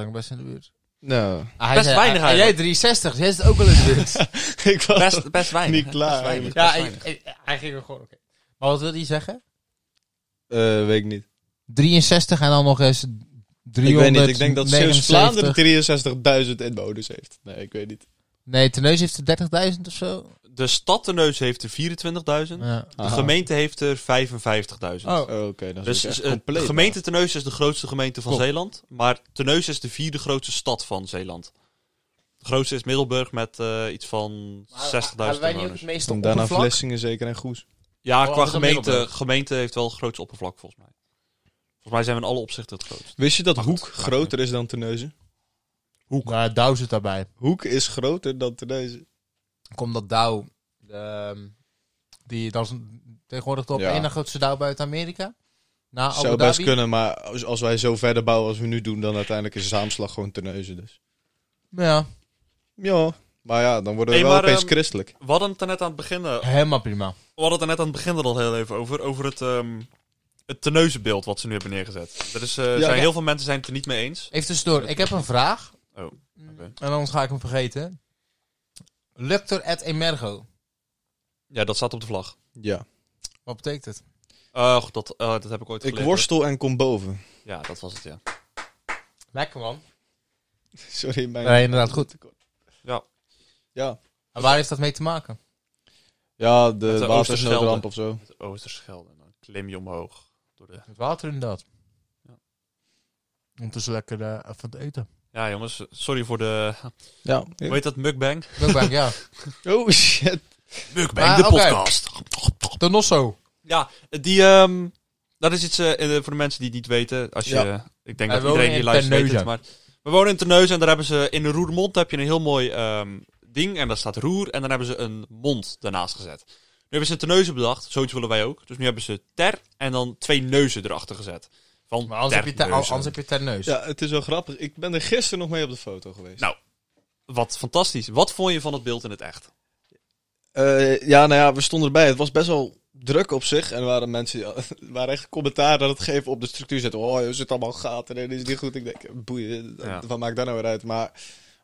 Speaker 1: ook best in de buurt.
Speaker 3: Nou,
Speaker 1: Ah, hij
Speaker 2: Best
Speaker 1: zei-
Speaker 2: weinig
Speaker 1: ah, ah, jij
Speaker 2: eigenlijk.
Speaker 1: 63, jij zit ook wel in de buurt.
Speaker 3: ik was...
Speaker 2: Best, best weinig.
Speaker 3: Niet
Speaker 2: hè?
Speaker 3: klaar.
Speaker 2: Best weinig, best
Speaker 1: ja, ik,
Speaker 2: weinig.
Speaker 1: ik- hij ging er gewoon... oké. Maar wat wil hij zeggen?
Speaker 3: Eh, weet ik niet.
Speaker 1: 63 en dan nog eens 300.
Speaker 3: Ik weet niet. Ik denk dat Zeeuws-Vlaanderen 63.000 inwoners heeft. Nee, ik weet niet.
Speaker 1: Nee, Teneus heeft er 30.000 of zo.
Speaker 2: De stad Terneuzen heeft er 24.000.
Speaker 1: Ja.
Speaker 2: De gemeente heeft er 55.000.
Speaker 1: Oh.
Speaker 3: Oh, Oké, dan is
Speaker 2: Dus
Speaker 3: het echt
Speaker 2: eh,
Speaker 3: compleet.
Speaker 2: de gemeente Terneuzen is de grootste gemeente van
Speaker 1: Klopt.
Speaker 2: Zeeland. Maar Terneuzen is de vierde grootste stad van Zeeland. De grootste is Middelburg met eh, iets van 60.000
Speaker 1: Hebben wij niet ook
Speaker 2: inwoners.
Speaker 1: het meeste
Speaker 3: En daarna
Speaker 1: oppervlak?
Speaker 3: Vlissingen zeker en Goes.
Speaker 2: Ja,
Speaker 1: Oh,
Speaker 2: qua
Speaker 1: dat is dan
Speaker 2: gemeente,
Speaker 1: Middelburg.
Speaker 2: gemeente heeft wel het grootste oppervlak volgens mij. Volgens mij zijn we in alle opzichten het grootst.
Speaker 3: Wist je dat
Speaker 2: Maar goed,
Speaker 3: Hoek groter is dan Terneuzen?
Speaker 1: Hoek. Maar Douw zit Nou, daarbij.
Speaker 3: Hoek is groter dan Terneuzen.
Speaker 1: Komt dat Douw... ehm, die, dat is een- tegenwoordig de op
Speaker 3: Ja.
Speaker 1: één na grootste Douw buiten Amerika. Na Ah, Abu
Speaker 3: Zou best
Speaker 1: Dhabi.
Speaker 3: kunnen, maar als, als wij zo verder bouwen als we nu doen, dan uiteindelijk is Zaamslag gewoon Terneuzen dus.
Speaker 1: Ja,
Speaker 3: Ja. Maar ja, dan worden we
Speaker 2: Hey,
Speaker 3: wel
Speaker 2: maar,
Speaker 3: opeens
Speaker 2: ehm,
Speaker 3: christelijk.
Speaker 2: We hadden het er net aan het begin, eh,
Speaker 1: helemaal prima.
Speaker 2: we hadden het er net aan het begin er al heel even over. Over het, ehm het Terneuzenbeeld wat ze nu hebben neergezet. Er is, eh, zijn
Speaker 3: ja.
Speaker 2: Heel veel mensen zijn het er niet mee eens.
Speaker 1: Even tussendoor, ik heb een vraag. Mm.
Speaker 2: Oh, oké.
Speaker 1: En anders ga ik hem vergeten. Luctor et emergo.
Speaker 2: Ja, dat staat op de vlag.
Speaker 3: Ja.
Speaker 1: Wat betekent het?
Speaker 2: Eh, goed, dat, eh, dat heb ik ooit
Speaker 3: Ik
Speaker 2: geleerd.
Speaker 3: worstel en kom boven.
Speaker 2: hoor. Ja, dat was het, ja.
Speaker 1: Lekker man.
Speaker 3: Sorry, mijn...
Speaker 1: Nee, inderdaad, goed.
Speaker 2: Ja.
Speaker 3: Ja.
Speaker 1: En waar heeft dat mee te maken?
Speaker 3: Ja, de
Speaker 2: Met de
Speaker 3: watersnoodramp
Speaker 2: Oosterschelde.
Speaker 3: of zo.
Speaker 2: Het Oosterschelde. En dan klim je omhoog. Door de...
Speaker 1: Het water inderdaad.
Speaker 2: Ja.
Speaker 1: Om te lekker eh, even te eten.
Speaker 2: Ja, jongens, sorry voor de...
Speaker 3: Ja.
Speaker 2: Hoe heet dat? Mukbang?
Speaker 1: Mukbang, ja.
Speaker 3: Oh, shit.
Speaker 2: Mukbang,
Speaker 1: Ah,
Speaker 2: de
Speaker 1: oké.
Speaker 2: podcast.
Speaker 1: De Nosso.
Speaker 2: Ja, die... ehm, dat is iets eh, voor de mensen die het niet weten. Als je,
Speaker 3: Ja.
Speaker 2: Ik denk
Speaker 1: Wij
Speaker 2: dat iedereen
Speaker 1: wonen
Speaker 2: die
Speaker 1: in
Speaker 2: luistert weet het,
Speaker 1: Terneuzen.
Speaker 2: maar... We wonen in Terneuzen en daar hebben ze... In Roermond heb je een heel mooi ehm, ding. En daar staat roer. En dan hebben ze een mond daarnaast gezet. Nu hebben ze een Terneuzen bedacht. Zoiets willen wij ook. Dus nu hebben ze ter en dan twee neuzen erachter gezet. Van
Speaker 1: Maar anders heb, je ter,
Speaker 2: Terneuzen.
Speaker 1: anders heb je terneus.
Speaker 3: Ja, het is wel grappig. Ik ben er gisteren nog mee op de foto geweest.
Speaker 2: Nou. Wat fantastisch. Wat vond je van het beeld in het echt?
Speaker 3: Eh, ja, nou ja, we stonden erbij. Het was best wel druk op zich. En er waren mensen die er waren echt commentaar aan het geven op de structuur zetten. Oh, er zitten allemaal gaten en is niet goed. Ik denk, boeien,
Speaker 2: Ja.
Speaker 3: wat maakt daar nou weer uit? Maar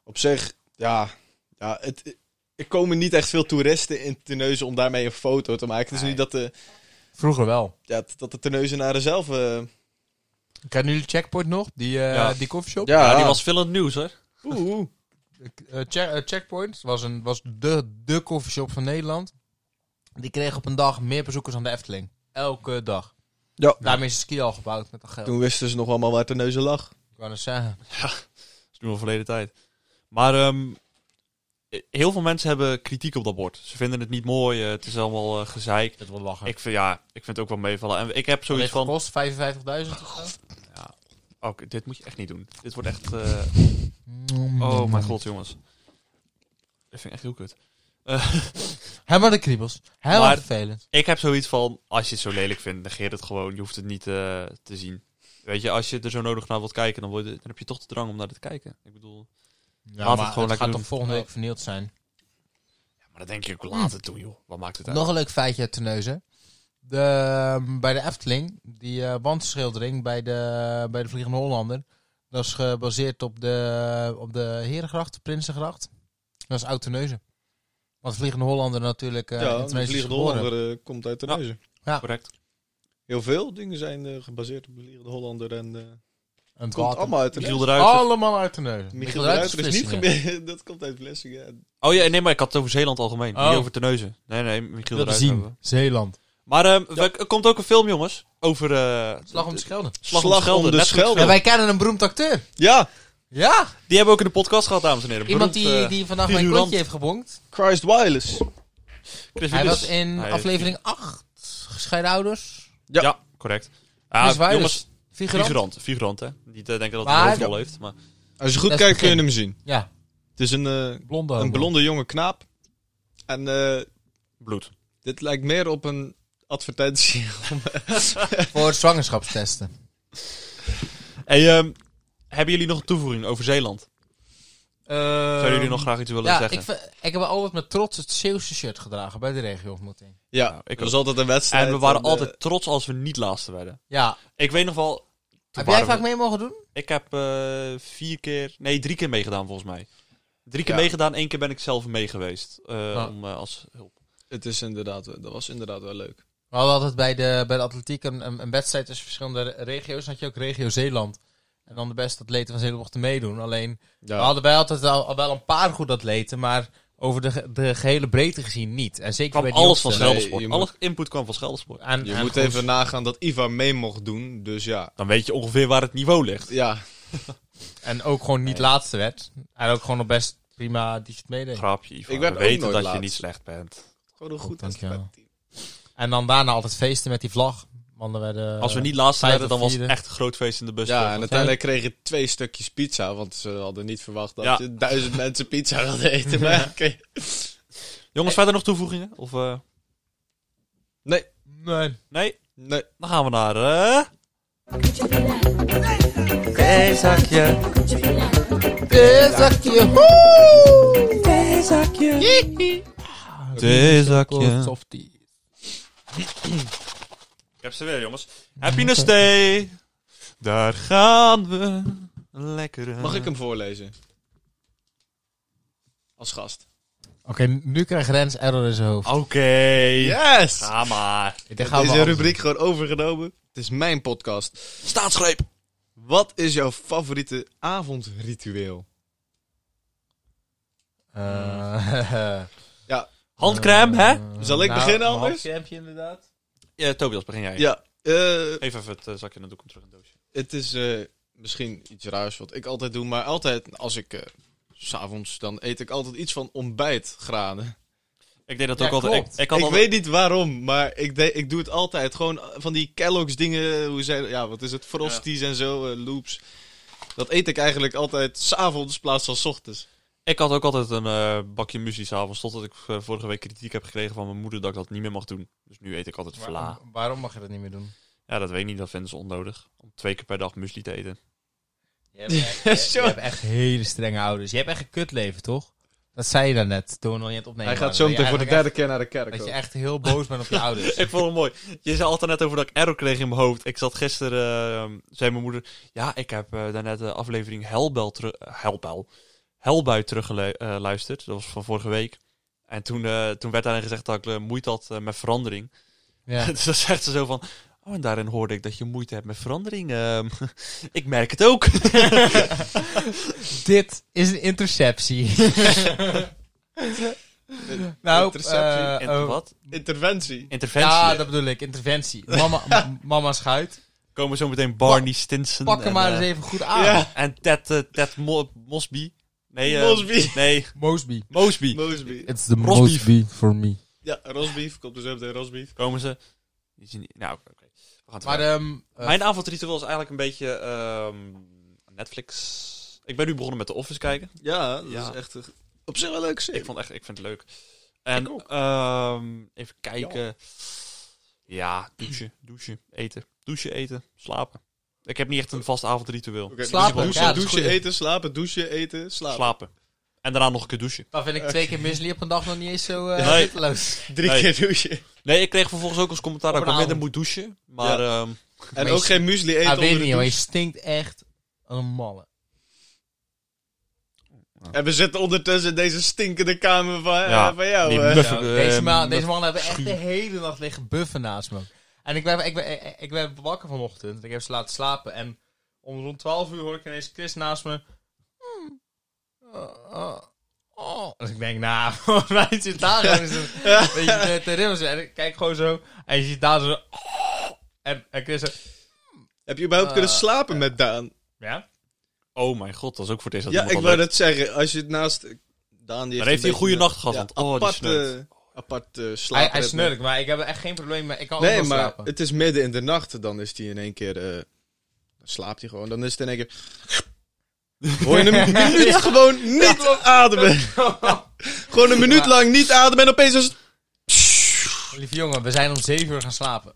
Speaker 3: op zich, ja, ja het, er komen niet echt veel toeristen in Terneuzen om daarmee een foto te maken. Het is
Speaker 2: Nee.
Speaker 3: niet dat de,
Speaker 1: Vroeger wel.
Speaker 3: ja, dat de Terneuzenaren zelf... eh,
Speaker 1: Kennen jullie Checkpoint nog? Die, eh
Speaker 2: Ja.
Speaker 1: die coffeeshop?
Speaker 3: ja,
Speaker 2: Ja, die was veel in het nieuws, hoor.
Speaker 3: Oeh, oeh.
Speaker 1: Eh, Che- eh, Checkpoint was, een, was de, de coffeeshop van Nederland. Die kreeg op een dag meer bezoekers dan de Efteling. Elke dag.
Speaker 3: Ja.
Speaker 2: Nou,
Speaker 1: Daarmee is de ski al gebouwd met dat geld.
Speaker 3: Toen wisten ze nog allemaal waar Terneuzen lag.
Speaker 1: Ik wou net zeggen.
Speaker 2: Dat is nu al verleden tijd. Maar ehm, eh, heel veel mensen hebben kritiek op dat bord. Ze vinden het niet mooi, eh, het is allemaal eh, gezeik.
Speaker 1: Dat wil lachen. Ik
Speaker 2: Ik vind, ja, ik vind het ook wel meevallen. En ik heb zoiets van...
Speaker 1: kost 55.000 of zo.
Speaker 2: Oké, dit moet je echt niet doen. Dit wordt echt... eh, oh mijn god, jongens. Dat vind ik echt heel kut.
Speaker 1: Helemaal de kriebels. Helemaal
Speaker 2: Maar-
Speaker 1: vervelend.
Speaker 2: Ik heb zoiets van, als je het zo lelijk vindt, negeer het gewoon. Je hoeft het niet eh, te zien. Weet je, als je er zo nodig naar wilt kijken, dan, word je- dan heb je toch de drang om naar te kijken. Ik bedoel...
Speaker 1: Ja,
Speaker 2: het
Speaker 1: maar het,
Speaker 2: gewoon lekker
Speaker 1: gaat
Speaker 2: doen.
Speaker 1: toch volgende week vernield zijn.
Speaker 2: Ja, maar dan denk je ook later doen, joh. Wat maakt het uit?
Speaker 1: Nog een leuk feitje uit Terneuzen. De, ehm, bij de Efteling, die eh, wandschildering bij de, bij de Vliegende Hollander. Dat is gebaseerd op de, op de Herengracht, de Prinsengracht. Dat is oud Terneuzen. Want Vliegende Hollander natuurlijk eh in
Speaker 3: ja,
Speaker 1: Terneuzen
Speaker 3: de
Speaker 1: is
Speaker 3: Vliegende
Speaker 1: geboren.
Speaker 3: Hollander eh, komt uit Terneuzen.
Speaker 2: Correct.
Speaker 3: Heel veel dingen zijn eh, gebaseerd op de Vliegende Hollander en... eh,
Speaker 1: En het
Speaker 3: Het komt
Speaker 1: water.
Speaker 3: allemaal uit
Speaker 2: Michiel
Speaker 3: Terneuzen.
Speaker 2: de Ruiter.
Speaker 1: Allemaal uit Terneuzen.
Speaker 3: Michiel de
Speaker 1: Ruiter
Speaker 3: Ruiter is
Speaker 1: is
Speaker 3: niet
Speaker 1: Vlissingen.
Speaker 3: gebeurd. Dat komt uit Vlissingen.
Speaker 2: Oh ja, nee, maar ik had het over Zeeland algemeen.
Speaker 1: Oh.
Speaker 2: Niet over Terneuzen. Nee, nee, Michiel
Speaker 1: Wil
Speaker 2: de
Speaker 1: te
Speaker 2: Ruiter hebben
Speaker 1: zien. Zeeland.
Speaker 2: we. Maar ehm, we- er komt ook een film, jongens, over... eh,
Speaker 1: Slag om de Schelde.
Speaker 2: Slag om de Schelde.
Speaker 3: Slag om de
Speaker 2: Letterlijk
Speaker 3: Schelde.
Speaker 1: En
Speaker 2: film.
Speaker 1: wij kennen een beroemd acteur.
Speaker 3: Ja,
Speaker 1: Ja,
Speaker 2: Die hebben we ook in de podcast gehad, dames en heren.
Speaker 1: iemand
Speaker 2: Beroemd,
Speaker 1: die,
Speaker 2: eh,
Speaker 1: die vandaag mijn
Speaker 2: figurant.
Speaker 1: klontje heeft gebonkt.
Speaker 3: Christ Wireless.
Speaker 2: Chris
Speaker 1: Hij
Speaker 2: Willis.
Speaker 1: was in
Speaker 2: dus- Hij-
Speaker 1: aflevering 8, gescheiden ouders.
Speaker 2: Ja,
Speaker 3: Ja.
Speaker 2: correct.
Speaker 1: Chris
Speaker 2: Ah,
Speaker 1: Wireless,
Speaker 2: jongens,
Speaker 1: Figurant.
Speaker 2: figurant. Figurant, hè. Niet eh, denken dat
Speaker 1: Maar-
Speaker 2: hij een hoofdrol heeft, maar...
Speaker 3: Als je goed
Speaker 1: Dat is
Speaker 3: kijkt kun je
Speaker 1: begin.
Speaker 3: hem zien.
Speaker 1: Ja,
Speaker 3: Het is een, eh,
Speaker 1: blonde.
Speaker 3: een
Speaker 1: homo.
Speaker 3: blonde jonge knaap. En eh,
Speaker 2: Bloed.
Speaker 3: dit lijkt meer op een advertentie.
Speaker 1: Voor zwangerschapstesten.
Speaker 2: Hey, ehm, hebben jullie nog een toevoeging over Zeeland? Zouden jullie nog graag iets willen
Speaker 1: Eh, Ehm, ja,
Speaker 2: zeggen?
Speaker 1: ik, vind- ik heb altijd met trots het Zeeuwse shirt gedragen bij de regioontmoeting.
Speaker 3: ja,
Speaker 2: Nou, ik
Speaker 3: ik
Speaker 2: ook.
Speaker 3: was altijd een wedstrijd.
Speaker 2: En we waren
Speaker 3: en, eh,
Speaker 2: altijd trots als we niet laatste werden.
Speaker 1: Ja,
Speaker 2: Ik weet nog wel... toen
Speaker 1: heb jij
Speaker 2: waren
Speaker 1: vaak
Speaker 2: we-
Speaker 1: mee mogen doen?
Speaker 2: Ik heb eh, vier keer... Nee, drie keer meegedaan volgens mij. Drie keer
Speaker 3: Ja.
Speaker 2: meegedaan, één keer ben ik zelf mee geweest. eh,
Speaker 1: Ah.
Speaker 2: om, eh, als hulp.
Speaker 3: Het is inderdaad, dat was inderdaad wel leuk.
Speaker 1: We hadden altijd bij de, bij de atletiek een, een, een wedstrijd tussen verschillende re- regio's. Dan had je ook regio Zeeland. En dan de beste atleten van Zeeland mochten meedoen. Alleen, we hadden wij altijd al, al wel een paar goede atleten, maar over de, ge- de gehele breedte gezien niet. En zeker
Speaker 2: kwam
Speaker 1: bij de
Speaker 2: alles van
Speaker 1: jongsten.
Speaker 3: Nee,
Speaker 2: Scheldersport.
Speaker 3: je moet-
Speaker 2: Alle input kwam van Scheldersport.
Speaker 1: En-
Speaker 3: Je
Speaker 1: en
Speaker 3: moet
Speaker 1: gewoon-
Speaker 3: even nagaan dat Ivar mee mocht doen. Dus ja,
Speaker 2: Dan weet je ongeveer waar het niveau ligt.
Speaker 3: ja
Speaker 1: En ook gewoon niet laatste werd. En ook gewoon nog best prima die het meedeed.
Speaker 2: Grapje, Ivan.
Speaker 3: Ik werd
Speaker 2: we
Speaker 3: ook
Speaker 2: weten
Speaker 3: nooit
Speaker 2: dat je
Speaker 3: laatst.
Speaker 2: niet slecht bent.
Speaker 3: gewoon een goed
Speaker 1: Dank je
Speaker 3: advertentie.
Speaker 1: En dan daarna altijd feesten met die vlag. Want dan werden, eh,
Speaker 2: Als we niet laatste
Speaker 1: vijfde
Speaker 2: werden, dan
Speaker 1: of
Speaker 2: was het
Speaker 1: vierde.
Speaker 2: echt een groot feest in de bus.
Speaker 3: Ja, en uiteindelijk kreeg je twee stukjes pizza. Want ze hadden niet verwacht dat
Speaker 2: Ja.
Speaker 3: je duizend mensen pizza wilden eten. Maar ja, oké.
Speaker 2: Jongens, verder nog toevoegingen? Of, eh,
Speaker 3: Nee,
Speaker 1: Nee.
Speaker 2: nee?
Speaker 3: nee.
Speaker 2: Dan gaan we naar... eh,
Speaker 1: Theezakje. Eh, Theezakje. Woe! Jee.
Speaker 2: Theezakje.
Speaker 1: Softie.
Speaker 2: Ik heb ze weer, jongens. Happiness Day. Daar gaan we. Lekker. eh.
Speaker 3: Mag ik hem voorlezen? Als gast.
Speaker 1: Oké, nu krijgt Rens error in zijn hoofd.
Speaker 2: Oké.
Speaker 3: Yes!
Speaker 2: Ga maar.
Speaker 1: Dit gaan we
Speaker 3: Ah, Deze
Speaker 1: anders
Speaker 3: rubriek gewoon overgenomen. Het is mijn podcast.
Speaker 2: Staatsgreep.
Speaker 3: Wat is jouw favoriete avondritueel?
Speaker 1: doen. Eh,
Speaker 2: Handcrème, hè?
Speaker 1: eh,
Speaker 3: Zal ik
Speaker 1: een
Speaker 3: beginnen anders?
Speaker 1: handcrème inderdaad.
Speaker 2: Ja, Tobias, begin jij.
Speaker 3: Ja, eh,
Speaker 2: Even even het eh, zakje en dan doe ik hem terug in het doosje.
Speaker 3: het is eh, misschien iets raars wat ik altijd doe. Maar altijd als ik... eh, s S'avonds, dan eet ik altijd iets van ontbijtgranen.
Speaker 2: Ik deed dat
Speaker 1: Ja,
Speaker 2: ook altijd. Ik,
Speaker 1: klopt.
Speaker 2: ik had
Speaker 3: Ik
Speaker 2: altijd-
Speaker 3: weet niet waarom, maar ik, de- ik doe het altijd. Gewoon eh, van die Kellogg's dingen, eh, hoe zijn, ja, wat is het, Frosties en zo, eh, loops. Dat eet ik eigenlijk altijd s'avonds in plaats van 's ochtends.
Speaker 2: Ik had ook altijd een eh, bakje muesli s'avonds, totdat ik eh, vorige week kritiek heb gekregen van mijn moeder dat ik dat niet meer mag doen. Dus nu eet ik altijd vla.
Speaker 1: Waarom, waarom mag je dat niet meer doen?
Speaker 2: Ja, dat weet ik niet, dat vinden ze onnodig. Om twee keer per dag muesli te eten.
Speaker 1: Je hebt, echt, je- je hebt echt hele strenge ouders. Je hebt echt een kutleven, toch? Dat zei je daarnet, toen we nog niet aan het opnemen
Speaker 3: Hij gaat
Speaker 1: waren.
Speaker 3: zo meteen
Speaker 1: Dat je
Speaker 3: voor de
Speaker 1: eigenlijk
Speaker 3: derde keer naar de kerk.
Speaker 1: echt- Dat je
Speaker 3: hoor.
Speaker 1: echt heel boos bent op je ouders.
Speaker 2: Ik vond het mooi. Je zei altijd net over dat ik error kreeg in mijn hoofd. Ik zat gisteren, eh, zei mijn moeder, ja, ik heb eh, daarnet de aflevering Helbel terug, eh, Helbel, Helbui teruggeluisterd. eh, dat was van vorige week. En toen, eh, toen werd daarin gezegd dat ik eh, moeite had eh, met verandering.
Speaker 1: Ja.
Speaker 2: dus dan zegt ze zo van, oh, en daarin hoorde ik dat je moeite hebt met verandering. ehm, ik merk het ook.
Speaker 1: Dit is een interceptie. nou,
Speaker 3: Interceptie.
Speaker 1: eh,
Speaker 2: Inter-
Speaker 1: oh,
Speaker 2: wat?
Speaker 3: Interventie.
Speaker 2: Interventie.
Speaker 1: Ja, dat bedoel ik, interventie. Mama, m- mama schuit.
Speaker 2: Komen zo meteen Barney Stinson.
Speaker 1: Pak hem
Speaker 2: en,
Speaker 1: maar
Speaker 2: eh,
Speaker 1: eens even goed aan.
Speaker 3: Ja.
Speaker 2: En Ted, eh, Ted Mo- Mosby. Nee, eh,
Speaker 3: Mosby.
Speaker 2: Nee,
Speaker 1: Mosby.
Speaker 2: Mosby.
Speaker 3: Roosbeef.
Speaker 1: It's the
Speaker 2: Rosbief.
Speaker 1: for me.
Speaker 3: Ja, rosbief. Komt dus even de rosbief.
Speaker 2: Komen ze? Die zien niet- Nou, oké. oké. We gaan het
Speaker 1: Maar
Speaker 2: verder.
Speaker 1: ehm eh,
Speaker 2: Mijn avondritueel is eigenlijk een beetje ehm, Netflix. Ik ben nu begonnen met The Office kijken.
Speaker 3: Ja, dat
Speaker 2: Ja.
Speaker 3: is echt een- op zich wel leuk.
Speaker 2: Ik, vond echt, ik vind het leuk. En
Speaker 3: Ik ook.
Speaker 2: ehm, even kijken. Ja, douchen, douchen, eten. Douchen, eten, slapen. Ik heb niet echt een vast avondritueel.
Speaker 1: Slapen.
Speaker 3: dus Douchen,
Speaker 1: Ja, dat is
Speaker 3: douchen,
Speaker 1: goed.
Speaker 3: eten, slapen, douchen, eten, slapen.
Speaker 2: Slapen. En daarna nog een keer douchen.
Speaker 1: dan vind ik twee keer Misley op een dag nog niet eens zo eh
Speaker 2: Nee.
Speaker 1: nutteloos.
Speaker 3: Drie
Speaker 2: Nee.
Speaker 3: keer douchen.
Speaker 2: Nee, ik kreeg vervolgens ook als commentaar dat
Speaker 1: Op
Speaker 2: ik
Speaker 1: een
Speaker 2: al minder
Speaker 1: avond.
Speaker 2: moet douchen. Maar ehm,
Speaker 3: En
Speaker 1: Maar je-
Speaker 3: ook geen muesli eten
Speaker 1: Hij
Speaker 3: onder
Speaker 1: Ah, weet
Speaker 3: de
Speaker 1: niet, hoor. Je
Speaker 3: douche.
Speaker 1: stinkt echt als een malle.
Speaker 3: En we zitten ondertussen in deze stinkende kamer van, eh,
Speaker 2: Ja,
Speaker 3: van jou.
Speaker 2: die
Speaker 3: eh.
Speaker 2: muffen,
Speaker 1: Nou,
Speaker 2: eh,
Speaker 1: deze, ma deze
Speaker 2: muffen-
Speaker 1: mannen hebben echt de hele nacht liggen buffen naast me. En ik ben, ik ben, ik- ik ben wakker vanochtend. Ik heb ze laten slapen. En om rond 12 uur hoor ik ineens Chris naast me. Hmm. Oh, oh, oh. Dus ik denk, nou, mij zit daar gewoon eens een beetje te, te rimmen. En ik kijk gewoon zo. En je ziet daar zo. oh. en, en Chris zo.
Speaker 3: Heb je überhaupt
Speaker 1: Eh,
Speaker 2: Ah,
Speaker 3: kunnen slapen met Daan?
Speaker 1: Ja?
Speaker 2: oh mijn god, dat is ook voor het eerst dat
Speaker 3: ja, ik
Speaker 2: iemand
Speaker 3: wil
Speaker 2: dat
Speaker 3: dat zeggen. Als je het naast... Daan, die
Speaker 2: Dan
Speaker 3: heeft
Speaker 2: heeft hij een goede
Speaker 3: beetje eh,
Speaker 2: nacht gehad, want oh, die snurkt.
Speaker 3: aparte, aparte slaap.
Speaker 1: Hij, hij snurkt, maar ik heb er echt geen probleem mee. Ik kan ook
Speaker 3: Nee,
Speaker 1: wel
Speaker 3: maar
Speaker 1: slapen.
Speaker 3: het is midden in de nacht. Dan is hij in één keer... eh, dan slaapt hij gewoon. Dan is het in één keer... Hoor je een minuut gewoon niet ademen. Gewoon een minuut
Speaker 1: Ja.
Speaker 3: lang niet ademen en opeens is het...
Speaker 1: Lieve jongen, we zijn om 7 uur gaan slapen.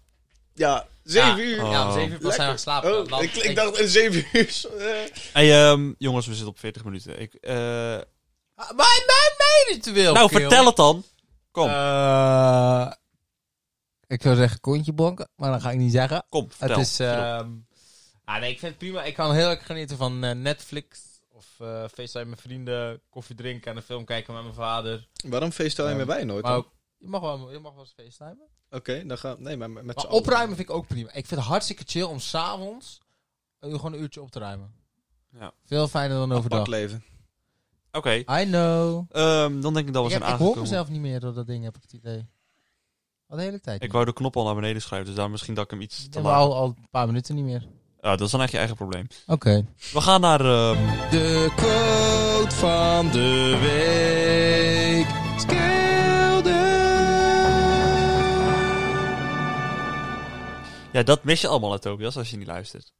Speaker 3: Ja, zeven
Speaker 1: Ja.
Speaker 3: uur.
Speaker 2: Oh. nou,
Speaker 1: Ja, om 7 uur pas zijn we gaan slapen.
Speaker 3: Oh,
Speaker 1: Dan-
Speaker 3: ik, ik dacht eh, zeven uur. zo, eh.
Speaker 2: Hey, ehm, jongens, we zitten op 40 minuten. Ik, eh,
Speaker 1: Ah, Mijn, mijn, mijn ritueel.
Speaker 2: nou,
Speaker 1: kerel.
Speaker 2: vertel het dan. Kom,
Speaker 1: Eh, ik zou zeggen kontje bonken, maar dat ga ik niet zeggen.
Speaker 2: kom, vertel.
Speaker 1: het is...
Speaker 2: Vertel.
Speaker 1: ehm, ah, nee, ik vind het prima. Ik kan heel erg genieten van eh, Netflix. Of eh FaceTime met vrienden, koffie drinken en een film kijken met mijn vader.
Speaker 3: Waarom feestel je
Speaker 1: Ja.
Speaker 3: met mij nooit?
Speaker 1: Maar
Speaker 3: hoor?
Speaker 1: ook, je mag wel, je mag wel eens FaceTime.
Speaker 3: Oké, dan gaan Nee, maar met
Speaker 1: Maar
Speaker 3: z'n allen.
Speaker 1: opruimen vind ik ook prima. Ik vind het hartstikke chill om s'avonds eh, gewoon een uurtje op te ruimen.
Speaker 2: Ja.
Speaker 1: Veel fijner dan overdag.
Speaker 3: Apart leven.
Speaker 2: Oké,
Speaker 1: I know.
Speaker 2: ehm, dan denk ik dat we
Speaker 1: Ik, heb-
Speaker 2: zijn
Speaker 1: ik hoor
Speaker 2: aangekomen.
Speaker 1: mezelf niet meer door dat ding, heb ik het idee. Al de hele tijd.
Speaker 2: Ik
Speaker 1: niet.
Speaker 2: wou de knop al naar beneden schuiven, dus daar misschien dat ik hem iets te
Speaker 1: Ja, maar
Speaker 2: laag...
Speaker 1: al, al een paar minuten niet meer.
Speaker 2: Ja, dat is dan echt je eigen probleem.
Speaker 1: Oké.
Speaker 2: We gaan naar... ehm,
Speaker 1: De quote van de week.
Speaker 2: Ja, dat mis je allemaal uit Tobias als je niet luistert.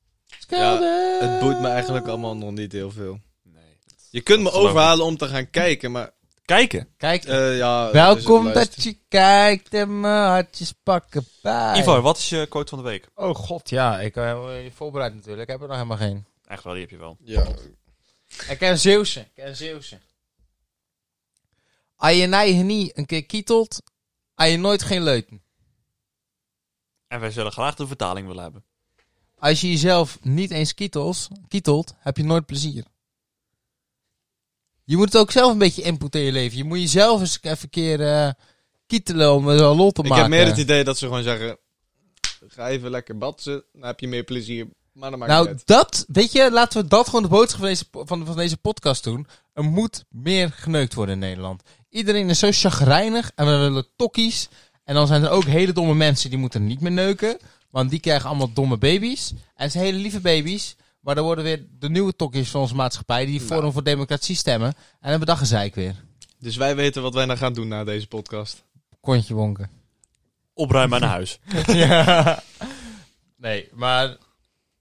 Speaker 1: Eh.
Speaker 3: Het boeit me eigenlijk allemaal nog niet heel veel.
Speaker 2: Nee.
Speaker 3: Je kunt me
Speaker 2: Dat geloof ik.
Speaker 3: overhalen om te gaan kijken, maar...
Speaker 2: Kijken.
Speaker 1: Kijk,
Speaker 3: eh, ja,
Speaker 1: welkom
Speaker 3: dus het
Speaker 1: dat je kijkt en mijn hartjes pakken bij.
Speaker 2: Ivar, wat is je quote van de week?
Speaker 1: Oh god, ja. Ik ben je voorbereid natuurlijk. Ik heb er nog helemaal geen.
Speaker 2: Echt wel, die heb je wel.
Speaker 3: luistert. Ja.
Speaker 1: Ik ken Zeeuwse. Ik ken Zeeuwse. Als je naar je knie een keer kietelt, als je nooit geen leuten.
Speaker 2: En wij zullen graag de vertaling willen hebben.
Speaker 1: Als je jezelf niet eens kietels, kietelt, heb je nooit plezier. Je moet het ook zelf een beetje input in je leven. Je moet jezelf eens even een keer eh, kietelen om er wel lol te
Speaker 3: Ik
Speaker 1: maken.
Speaker 3: heb meer het idee dat ze gewoon zeggen... Ga even lekker batsen, dan heb je meer plezier. Maar dan maakt
Speaker 1: nou,
Speaker 3: het niet
Speaker 1: dat, weet je, laten we dat gewoon de boodschap van deze, po- van, van deze podcast doen. Er moet meer geneukt worden in Nederland. Iedereen is zo chagrijnig en we willen tokkies. En dan zijn er ook hele domme mensen die moeten niet meer neuken. Want die krijgen allemaal domme baby's. En het zijn hele lieve baby's. Maar dan worden weer de nieuwe tokkies van onze maatschappij die voor
Speaker 3: Nou.
Speaker 1: voor democratie stemmen. En dan hebben we dat gezeik weer.
Speaker 3: uit. Dus wij weten wat wij nou gaan doen na deze podcast.
Speaker 1: Kontje wonken.
Speaker 2: Opruimen naar huis.
Speaker 1: ja. Nee, maar,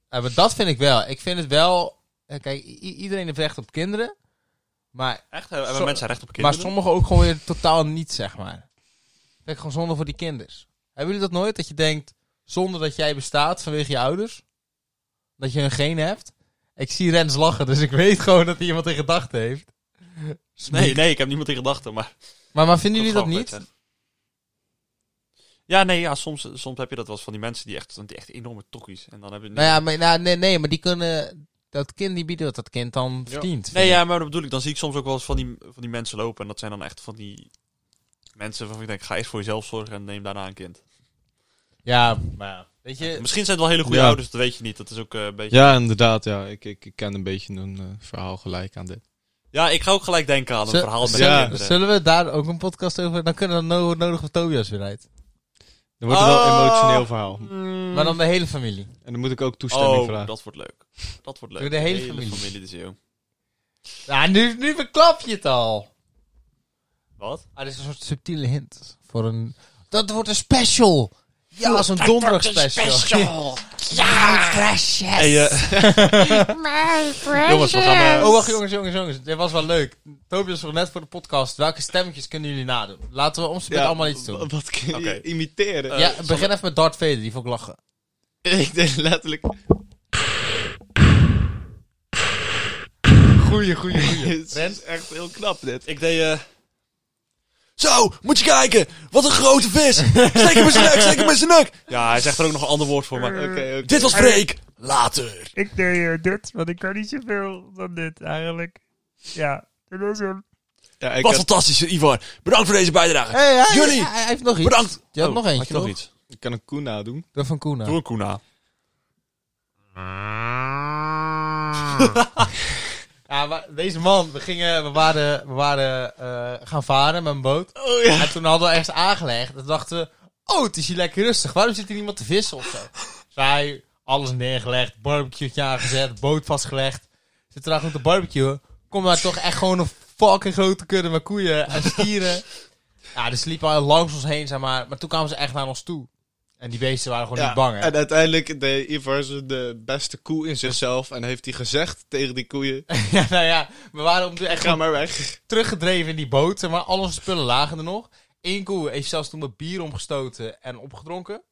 Speaker 1: eh, maar dat vind ik wel. Ik vind het wel. eh, Kijk, i- iedereen heeft recht op kinderen. Maar,
Speaker 2: Echt? Hebben
Speaker 1: Zo-
Speaker 2: mensen recht op
Speaker 1: maar
Speaker 2: kinderen?
Speaker 1: sommigen ook gewoon weer totaal niet, zeg maar. Vind ik gewoon zonde voor die kinders. Hebben jullie dat nooit? Dat je denkt, zonder dat jij bestaat vanwege je ouders? Dat je een geen hebt? Ik zie Rens lachen, dus ik weet gewoon dat hij iemand in gedachten heeft.
Speaker 2: Nee, nee, ik heb niemand in gedachten, maar...
Speaker 1: Maar, maar vinden jullie dat
Speaker 2: gewoon
Speaker 1: niet?
Speaker 2: werd gezegd. Ja, nee, ja, soms, soms heb je dat wel eens van die mensen die echt, die echt enorme tokkies. En dan hebben
Speaker 1: Nou ja, maar, nou, nee, nee, maar die kunnen... Dat kind, die bieden wat dat kind dan verdient.
Speaker 2: Nee, ja, maar dat bedoel ik. Dan zie ik soms ook wel eens van die, van die mensen lopen. En dat zijn dan echt van die mensen waarvan ik denk, ga eerst voor jezelf zorgen en neem daarna een kind.
Speaker 1: Ja, maar ja, weet je...
Speaker 2: Misschien zijn het wel hele goede
Speaker 3: Ja.
Speaker 2: ouders, dat weet je niet. Dat is ook eh, een beetje... Ja.
Speaker 3: Ja, inderdaad. Ja. Ik, ik, ik ken een beetje een eh, verhaal gelijk aan dit.
Speaker 2: ik ga ook gelijk denken aan een eh.
Speaker 1: Zul-
Speaker 2: verhaal met
Speaker 1: zullen,
Speaker 3: ja.
Speaker 2: kinderen.
Speaker 1: zullen we daar ook een podcast over? Dan kunnen we no nodig Tobias weer uit.
Speaker 3: Dan wordt het wel een
Speaker 2: Ah.
Speaker 3: emotioneel verhaal.
Speaker 1: Maar dan de hele familie.
Speaker 3: En dan moet ik ook toestemming
Speaker 2: Hmm. Oh,
Speaker 3: vragen.
Speaker 2: dat wordt leuk. Dat wordt leuk.
Speaker 1: Door
Speaker 2: dus,
Speaker 1: de hele familie.
Speaker 2: de Zeeuw.
Speaker 1: Ja, nu, nu verklap je het al.
Speaker 2: Wat?
Speaker 1: Ah, dit is een soort subtiele hint. Voor een... Dat wordt een special. Ja, zo'n donderdag special. Ja, crashes.
Speaker 2: Hey, eh, jongens, we gaan... eh,
Speaker 1: Oh, wacht jongens, jongens, jongens. Dit was wel leuk. Tobias vroeg net voor de podcast. Welke stemmetjes kunnen jullie nadoen? Laten we ons met allemaal iets doen.
Speaker 3: wa- Wat kun je
Speaker 2: Oké.
Speaker 3: imiteren?
Speaker 2: Eh,
Speaker 1: ja,
Speaker 2: zal
Speaker 1: begin even met Darth Vader. Die vond ik lachen.
Speaker 3: ik deed letterlijk...
Speaker 1: Goeie, goeie, goeie.
Speaker 3: Het
Speaker 1: Rens?
Speaker 3: is echt heel knap dit.
Speaker 2: Ik deed... eh, Zo, moet je kijken. Wat een grote vis. Steek hem in zijn nek, steek hem in zijn nek. Ja, hij zegt er ook nog een ander woord voor, maar...
Speaker 3: Oké, oké.
Speaker 2: Dit was Freek. Later.
Speaker 4: Ik deed eh, dit, want ik kan niet zoveel dan dit eigenlijk. Ja, dat was hem.
Speaker 3: Ja, ik
Speaker 2: Wat
Speaker 3: had-
Speaker 2: fantastisch, Ivar. Bedankt voor deze bijdrage.
Speaker 1: Hey, hij,
Speaker 2: Jullie!
Speaker 1: hij, hij heeft nog iets.
Speaker 2: Bedankt.
Speaker 1: Je had
Speaker 2: Oh,
Speaker 1: nog eentje,
Speaker 2: had je nog
Speaker 1: toch?
Speaker 2: iets?
Speaker 3: ik kan een koe nadoen.
Speaker 1: Door Van Koenen.
Speaker 2: Doe een Koena.
Speaker 1: Ja, maar deze man, we, gingen, we waren, we waren eh, gaan varen met een boot.
Speaker 3: Oh ja.
Speaker 1: En toen hadden we ergens aangelegd. En toen dachten we, oh, het is hier lekker rustig. Waarom zit hier niemand te Dus vissen of zo? Zij, alles neergelegd, barbecue aangezet, boot vastgelegd. Zitten daar gewoon te barbecuen. Kom daar toch echt gewoon een fucking grote kudde met koeien en stieren. ja, dus liepen al langs ons heen, zeg maar. Maar toen kwamen ze echt naar ons toe. En die beesten waren gewoon niet bang, hè.
Speaker 3: En uiteindelijk deed Ivar ze de beste koe in zichzelf. En heeft hij gezegd tegen die koeien:
Speaker 1: ja, nou ja, we waren om toen echt
Speaker 3: Ga maar weg.
Speaker 1: teruggedreven in die boot. Zeg maar al onze spullen lagen er nog. Eén koe heeft zelfs toen met bier omgestoten en opgedronken.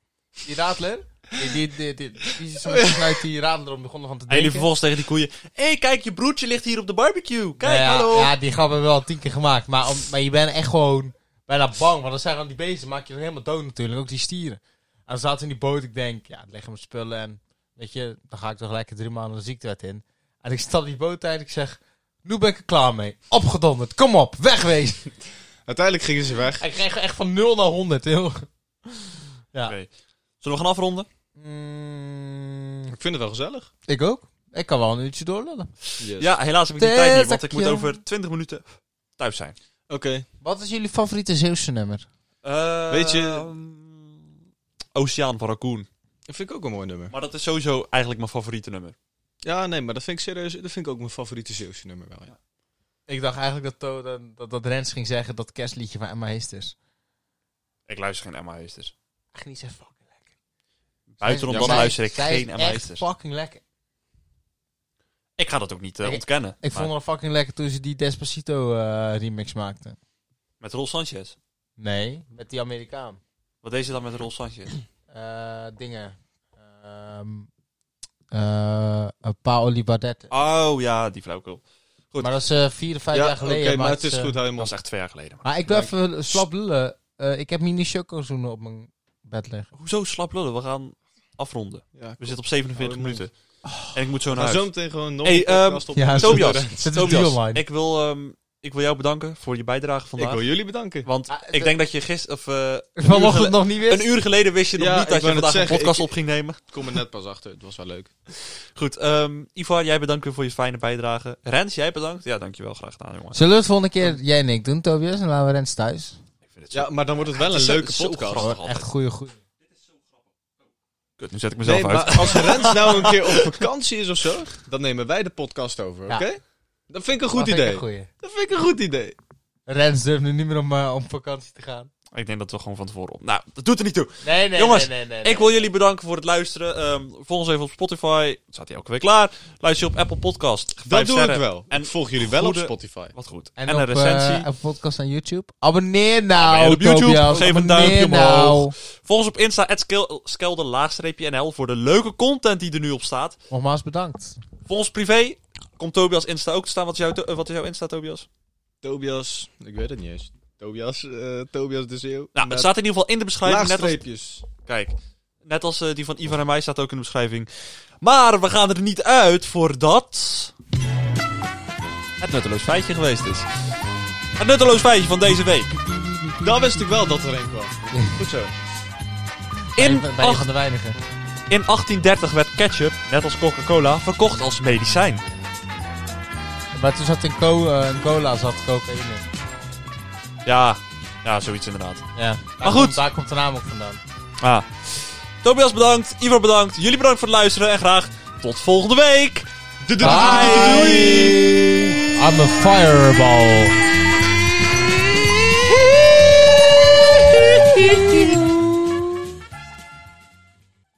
Speaker 1: Die raadler. Die, die, die, die, die is zo uit die raadler om begonnen van te
Speaker 2: En
Speaker 1: drinken.
Speaker 2: jullie vervolgens tegen die koeien. Hé, hey, kijk, je broertje ligt hier op de barbecue. Kijk,
Speaker 1: Nou ja,
Speaker 2: hallo.
Speaker 1: Ja, die grap hebben we wel tien keer gemaakt. Maar, om- maar je bent echt gewoon bijna bang. Want dan zijn gewoon die beesten. maak je er helemaal dood natuurlijk. Ook die stieren. En dan zaten we in die boot. Ik denk, ja, leg mijn spullen. En weet je, dan ga ik toch lekker drie maanden de ziektewet in. En ik stap die boot uit. Ik zeg, nu ben ik er klaar mee. Opgedonderd. Kom op. Wegwezen.
Speaker 3: Uiteindelijk gingen ze weg.
Speaker 1: Hij kreeg echt van 0 naar 100, heel. Ja.
Speaker 2: Oké. Zullen we gaan afronden?
Speaker 1: Mm,
Speaker 3: Ik vind het wel gezellig.
Speaker 1: ik ook. Ik kan wel een uurtje doorlullen.
Speaker 2: Ja, helaas heb ik die tijd niet, want ik moet
Speaker 1: Terzakje.
Speaker 2: over 20 minuten thuis zijn.
Speaker 3: Oké.
Speaker 1: Wat is jullie favoriete Zeeuwse nummer?
Speaker 2: Eh,
Speaker 3: Weet je-
Speaker 2: Oceaan van Raccoon.
Speaker 3: Dat vind ik ook een mooi nummer.
Speaker 2: Maar dat is sowieso eigenlijk mijn favoriete nummer.
Speaker 3: Ja, nee, maar dat vind ik serieus. Dat vind ik ook mijn favoriete Zeeuwse nummer wel. Ja.
Speaker 1: Ik dacht eigenlijk dat, To- dat, dat, dat Rens ging zeggen dat kerstliedje van Emma Heesters.
Speaker 2: Ik luister geen Emma Heesters.
Speaker 1: Echt niet zo fucking lekker.
Speaker 2: Buitenom
Speaker 1: Zij-
Speaker 2: dan
Speaker 1: zij-
Speaker 2: luister ik
Speaker 1: zij
Speaker 2: geen
Speaker 1: is
Speaker 2: Emma
Speaker 1: echt
Speaker 2: Heesters.
Speaker 1: fucking lekker.
Speaker 2: Ik ga dat ook niet eh,
Speaker 1: Ik-
Speaker 2: ontkennen.
Speaker 1: Ik
Speaker 2: Maar
Speaker 1: vond haar fucking lekker toen ze die Despacito eh, remix maakte.
Speaker 2: Met Rol Sanchez.
Speaker 1: Nee, met die Amerikaan.
Speaker 2: Wat deed ze dan met Rol Sanchez?
Speaker 1: Eh, dingen. Ehm eh, Paoli Badette.
Speaker 2: Oh ja, die flauwkul. goed.
Speaker 1: Maar dat is eh, vier of vijf
Speaker 3: Ja,
Speaker 1: jaar geleden.
Speaker 3: oké, maar
Speaker 1: maakte
Speaker 3: het is
Speaker 1: ze-
Speaker 3: goed,
Speaker 2: Dat
Speaker 3: helemaal.
Speaker 2: was echt twee jaar geleden. maar-
Speaker 1: Maar ik wil even slap lullen. Eh, ik heb mini chocozoenen op mijn bed liggen.
Speaker 2: Hoezo slap lullen? We gaan afronden.
Speaker 3: Ja,
Speaker 2: We zitten op 47
Speaker 3: Hou je mond.
Speaker 2: minuten. En ik moet zo naar
Speaker 3: Ga
Speaker 2: huis.
Speaker 3: zo meteen gewoon nog
Speaker 2: Hey,
Speaker 3: een podcast
Speaker 2: ehm,
Speaker 3: op.
Speaker 1: Ja,
Speaker 2: Tobias,
Speaker 1: Zit er die
Speaker 2: Tobias
Speaker 1: online?
Speaker 2: ik, wil, ehm, ik wil jou bedanken voor je bijdrage
Speaker 3: ik
Speaker 2: vandaag.
Speaker 3: wil jullie bedanken.
Speaker 2: Want
Speaker 1: Ah,
Speaker 2: ik
Speaker 1: de-
Speaker 2: denk dat je gisteren... Of, eh, een uur
Speaker 1: Vanochtend
Speaker 2: gele-
Speaker 1: nog niet wist.
Speaker 2: Een uur geleden wist je nog
Speaker 3: Ja,
Speaker 2: niet
Speaker 3: ik
Speaker 2: dat je
Speaker 3: wou net
Speaker 2: vandaag
Speaker 3: zeggen,
Speaker 2: een podcast
Speaker 3: ik-
Speaker 2: op ging nemen.
Speaker 3: Ik kom er net pas achter. Het was wel leuk.
Speaker 2: Goed, ehm Ivar, jij bedankt weer voor je fijne bijdrage. Rens, jij bedankt. Ja, dankjewel. Graag gedaan, jongen.
Speaker 1: Zullen we het volgende keer jij en ik doen, Tobias? En laten we Rens thuis.
Speaker 2: Ik vind het zo
Speaker 3: Ja, maar dan wordt het wel
Speaker 2: Het
Speaker 3: een
Speaker 2: is zo-
Speaker 3: leuke
Speaker 2: zo
Speaker 3: podcast.
Speaker 2: grappig.
Speaker 1: Gewoon
Speaker 2: altijd.
Speaker 1: echt goede goede.
Speaker 2: kut. Nu zet ik mezelf
Speaker 3: Nee,
Speaker 2: uit.
Speaker 3: maar als Rens nou een keer op vakantie is of zo, dan nemen wij de podcast over, oké?
Speaker 1: Ja.
Speaker 3: Dat vind ik een goed idee.
Speaker 1: Goeie.
Speaker 3: Dat vind ik een goed idee.
Speaker 1: Rens durft nu niet meer om, eh, om vakantie te gaan.
Speaker 2: Ik denk dat we gewoon van tevoren op... Nou, dat doet er niet toe.
Speaker 1: Nee, nee,
Speaker 2: Jongens,
Speaker 1: nee, nee, nee,
Speaker 2: Ik wil jullie bedanken voor het luisteren. Ehm, volg ons even op Spotify. Dat staat hier elke week klaar. Luister je op Apple Podcast.
Speaker 3: Dat
Speaker 2: Vijf
Speaker 3: doe
Speaker 2: sterren.
Speaker 3: ik wel. En
Speaker 2: En
Speaker 3: ik volg jullie wel
Speaker 2: goede-
Speaker 3: op Spotify.
Speaker 2: Wat goed. En,
Speaker 1: En, op,
Speaker 2: een recensie.
Speaker 1: eh, een podcast aan YouTube. Abonneer nou,
Speaker 2: Abonneer op YouTube.
Speaker 1: Tobias.
Speaker 2: Geef een
Speaker 1: Abonneer
Speaker 2: duimpje
Speaker 1: nou.
Speaker 2: Volg ons op Insta, @skel- skelde laagstreepje NL voor de leuke content die er nu op staat.
Speaker 1: Nogmaals bedankt.
Speaker 2: Volg ons privé. Komt Tobias Insta ook te staan? Wat is jouw, to- eh, wat is jouw Insta, Tobias?
Speaker 3: Tobias, ik weet het niet eens. Tobias, eh, Tobias de Zeeuw.
Speaker 2: Nou,
Speaker 3: Met
Speaker 2: het staat in ieder geval in de beschrijving. Net als,
Speaker 3: laagstreepjes.
Speaker 2: kijk, net als eh, die van Ivan en mij staat ook in de beschrijving. Maar we gaan er niet uit voordat... Het nutteloos feitje geweest is. Het nutteloos feitje van deze week.
Speaker 3: Dan wist ik wel dat er een kwam. Goed zo.
Speaker 2: In,
Speaker 1: ben je
Speaker 2: acht-
Speaker 1: van de weinigen.
Speaker 2: in 1830 werd ketchup, net als Coca-Cola, verkocht als medicijn.
Speaker 1: Maar toen zat in, co eh, in cola zat cocaïne.
Speaker 2: Ja, ja zoiets inderdaad.
Speaker 1: Ja.
Speaker 2: Maar
Speaker 1: Daar
Speaker 2: goed.
Speaker 1: komt- Daar komt de naam ook vandaan.
Speaker 2: Ah. Tobias bedankt, Ivar bedankt, jullie bedankt voor het luisteren en graag tot volgende week.
Speaker 1: Bye. I'm a fireball.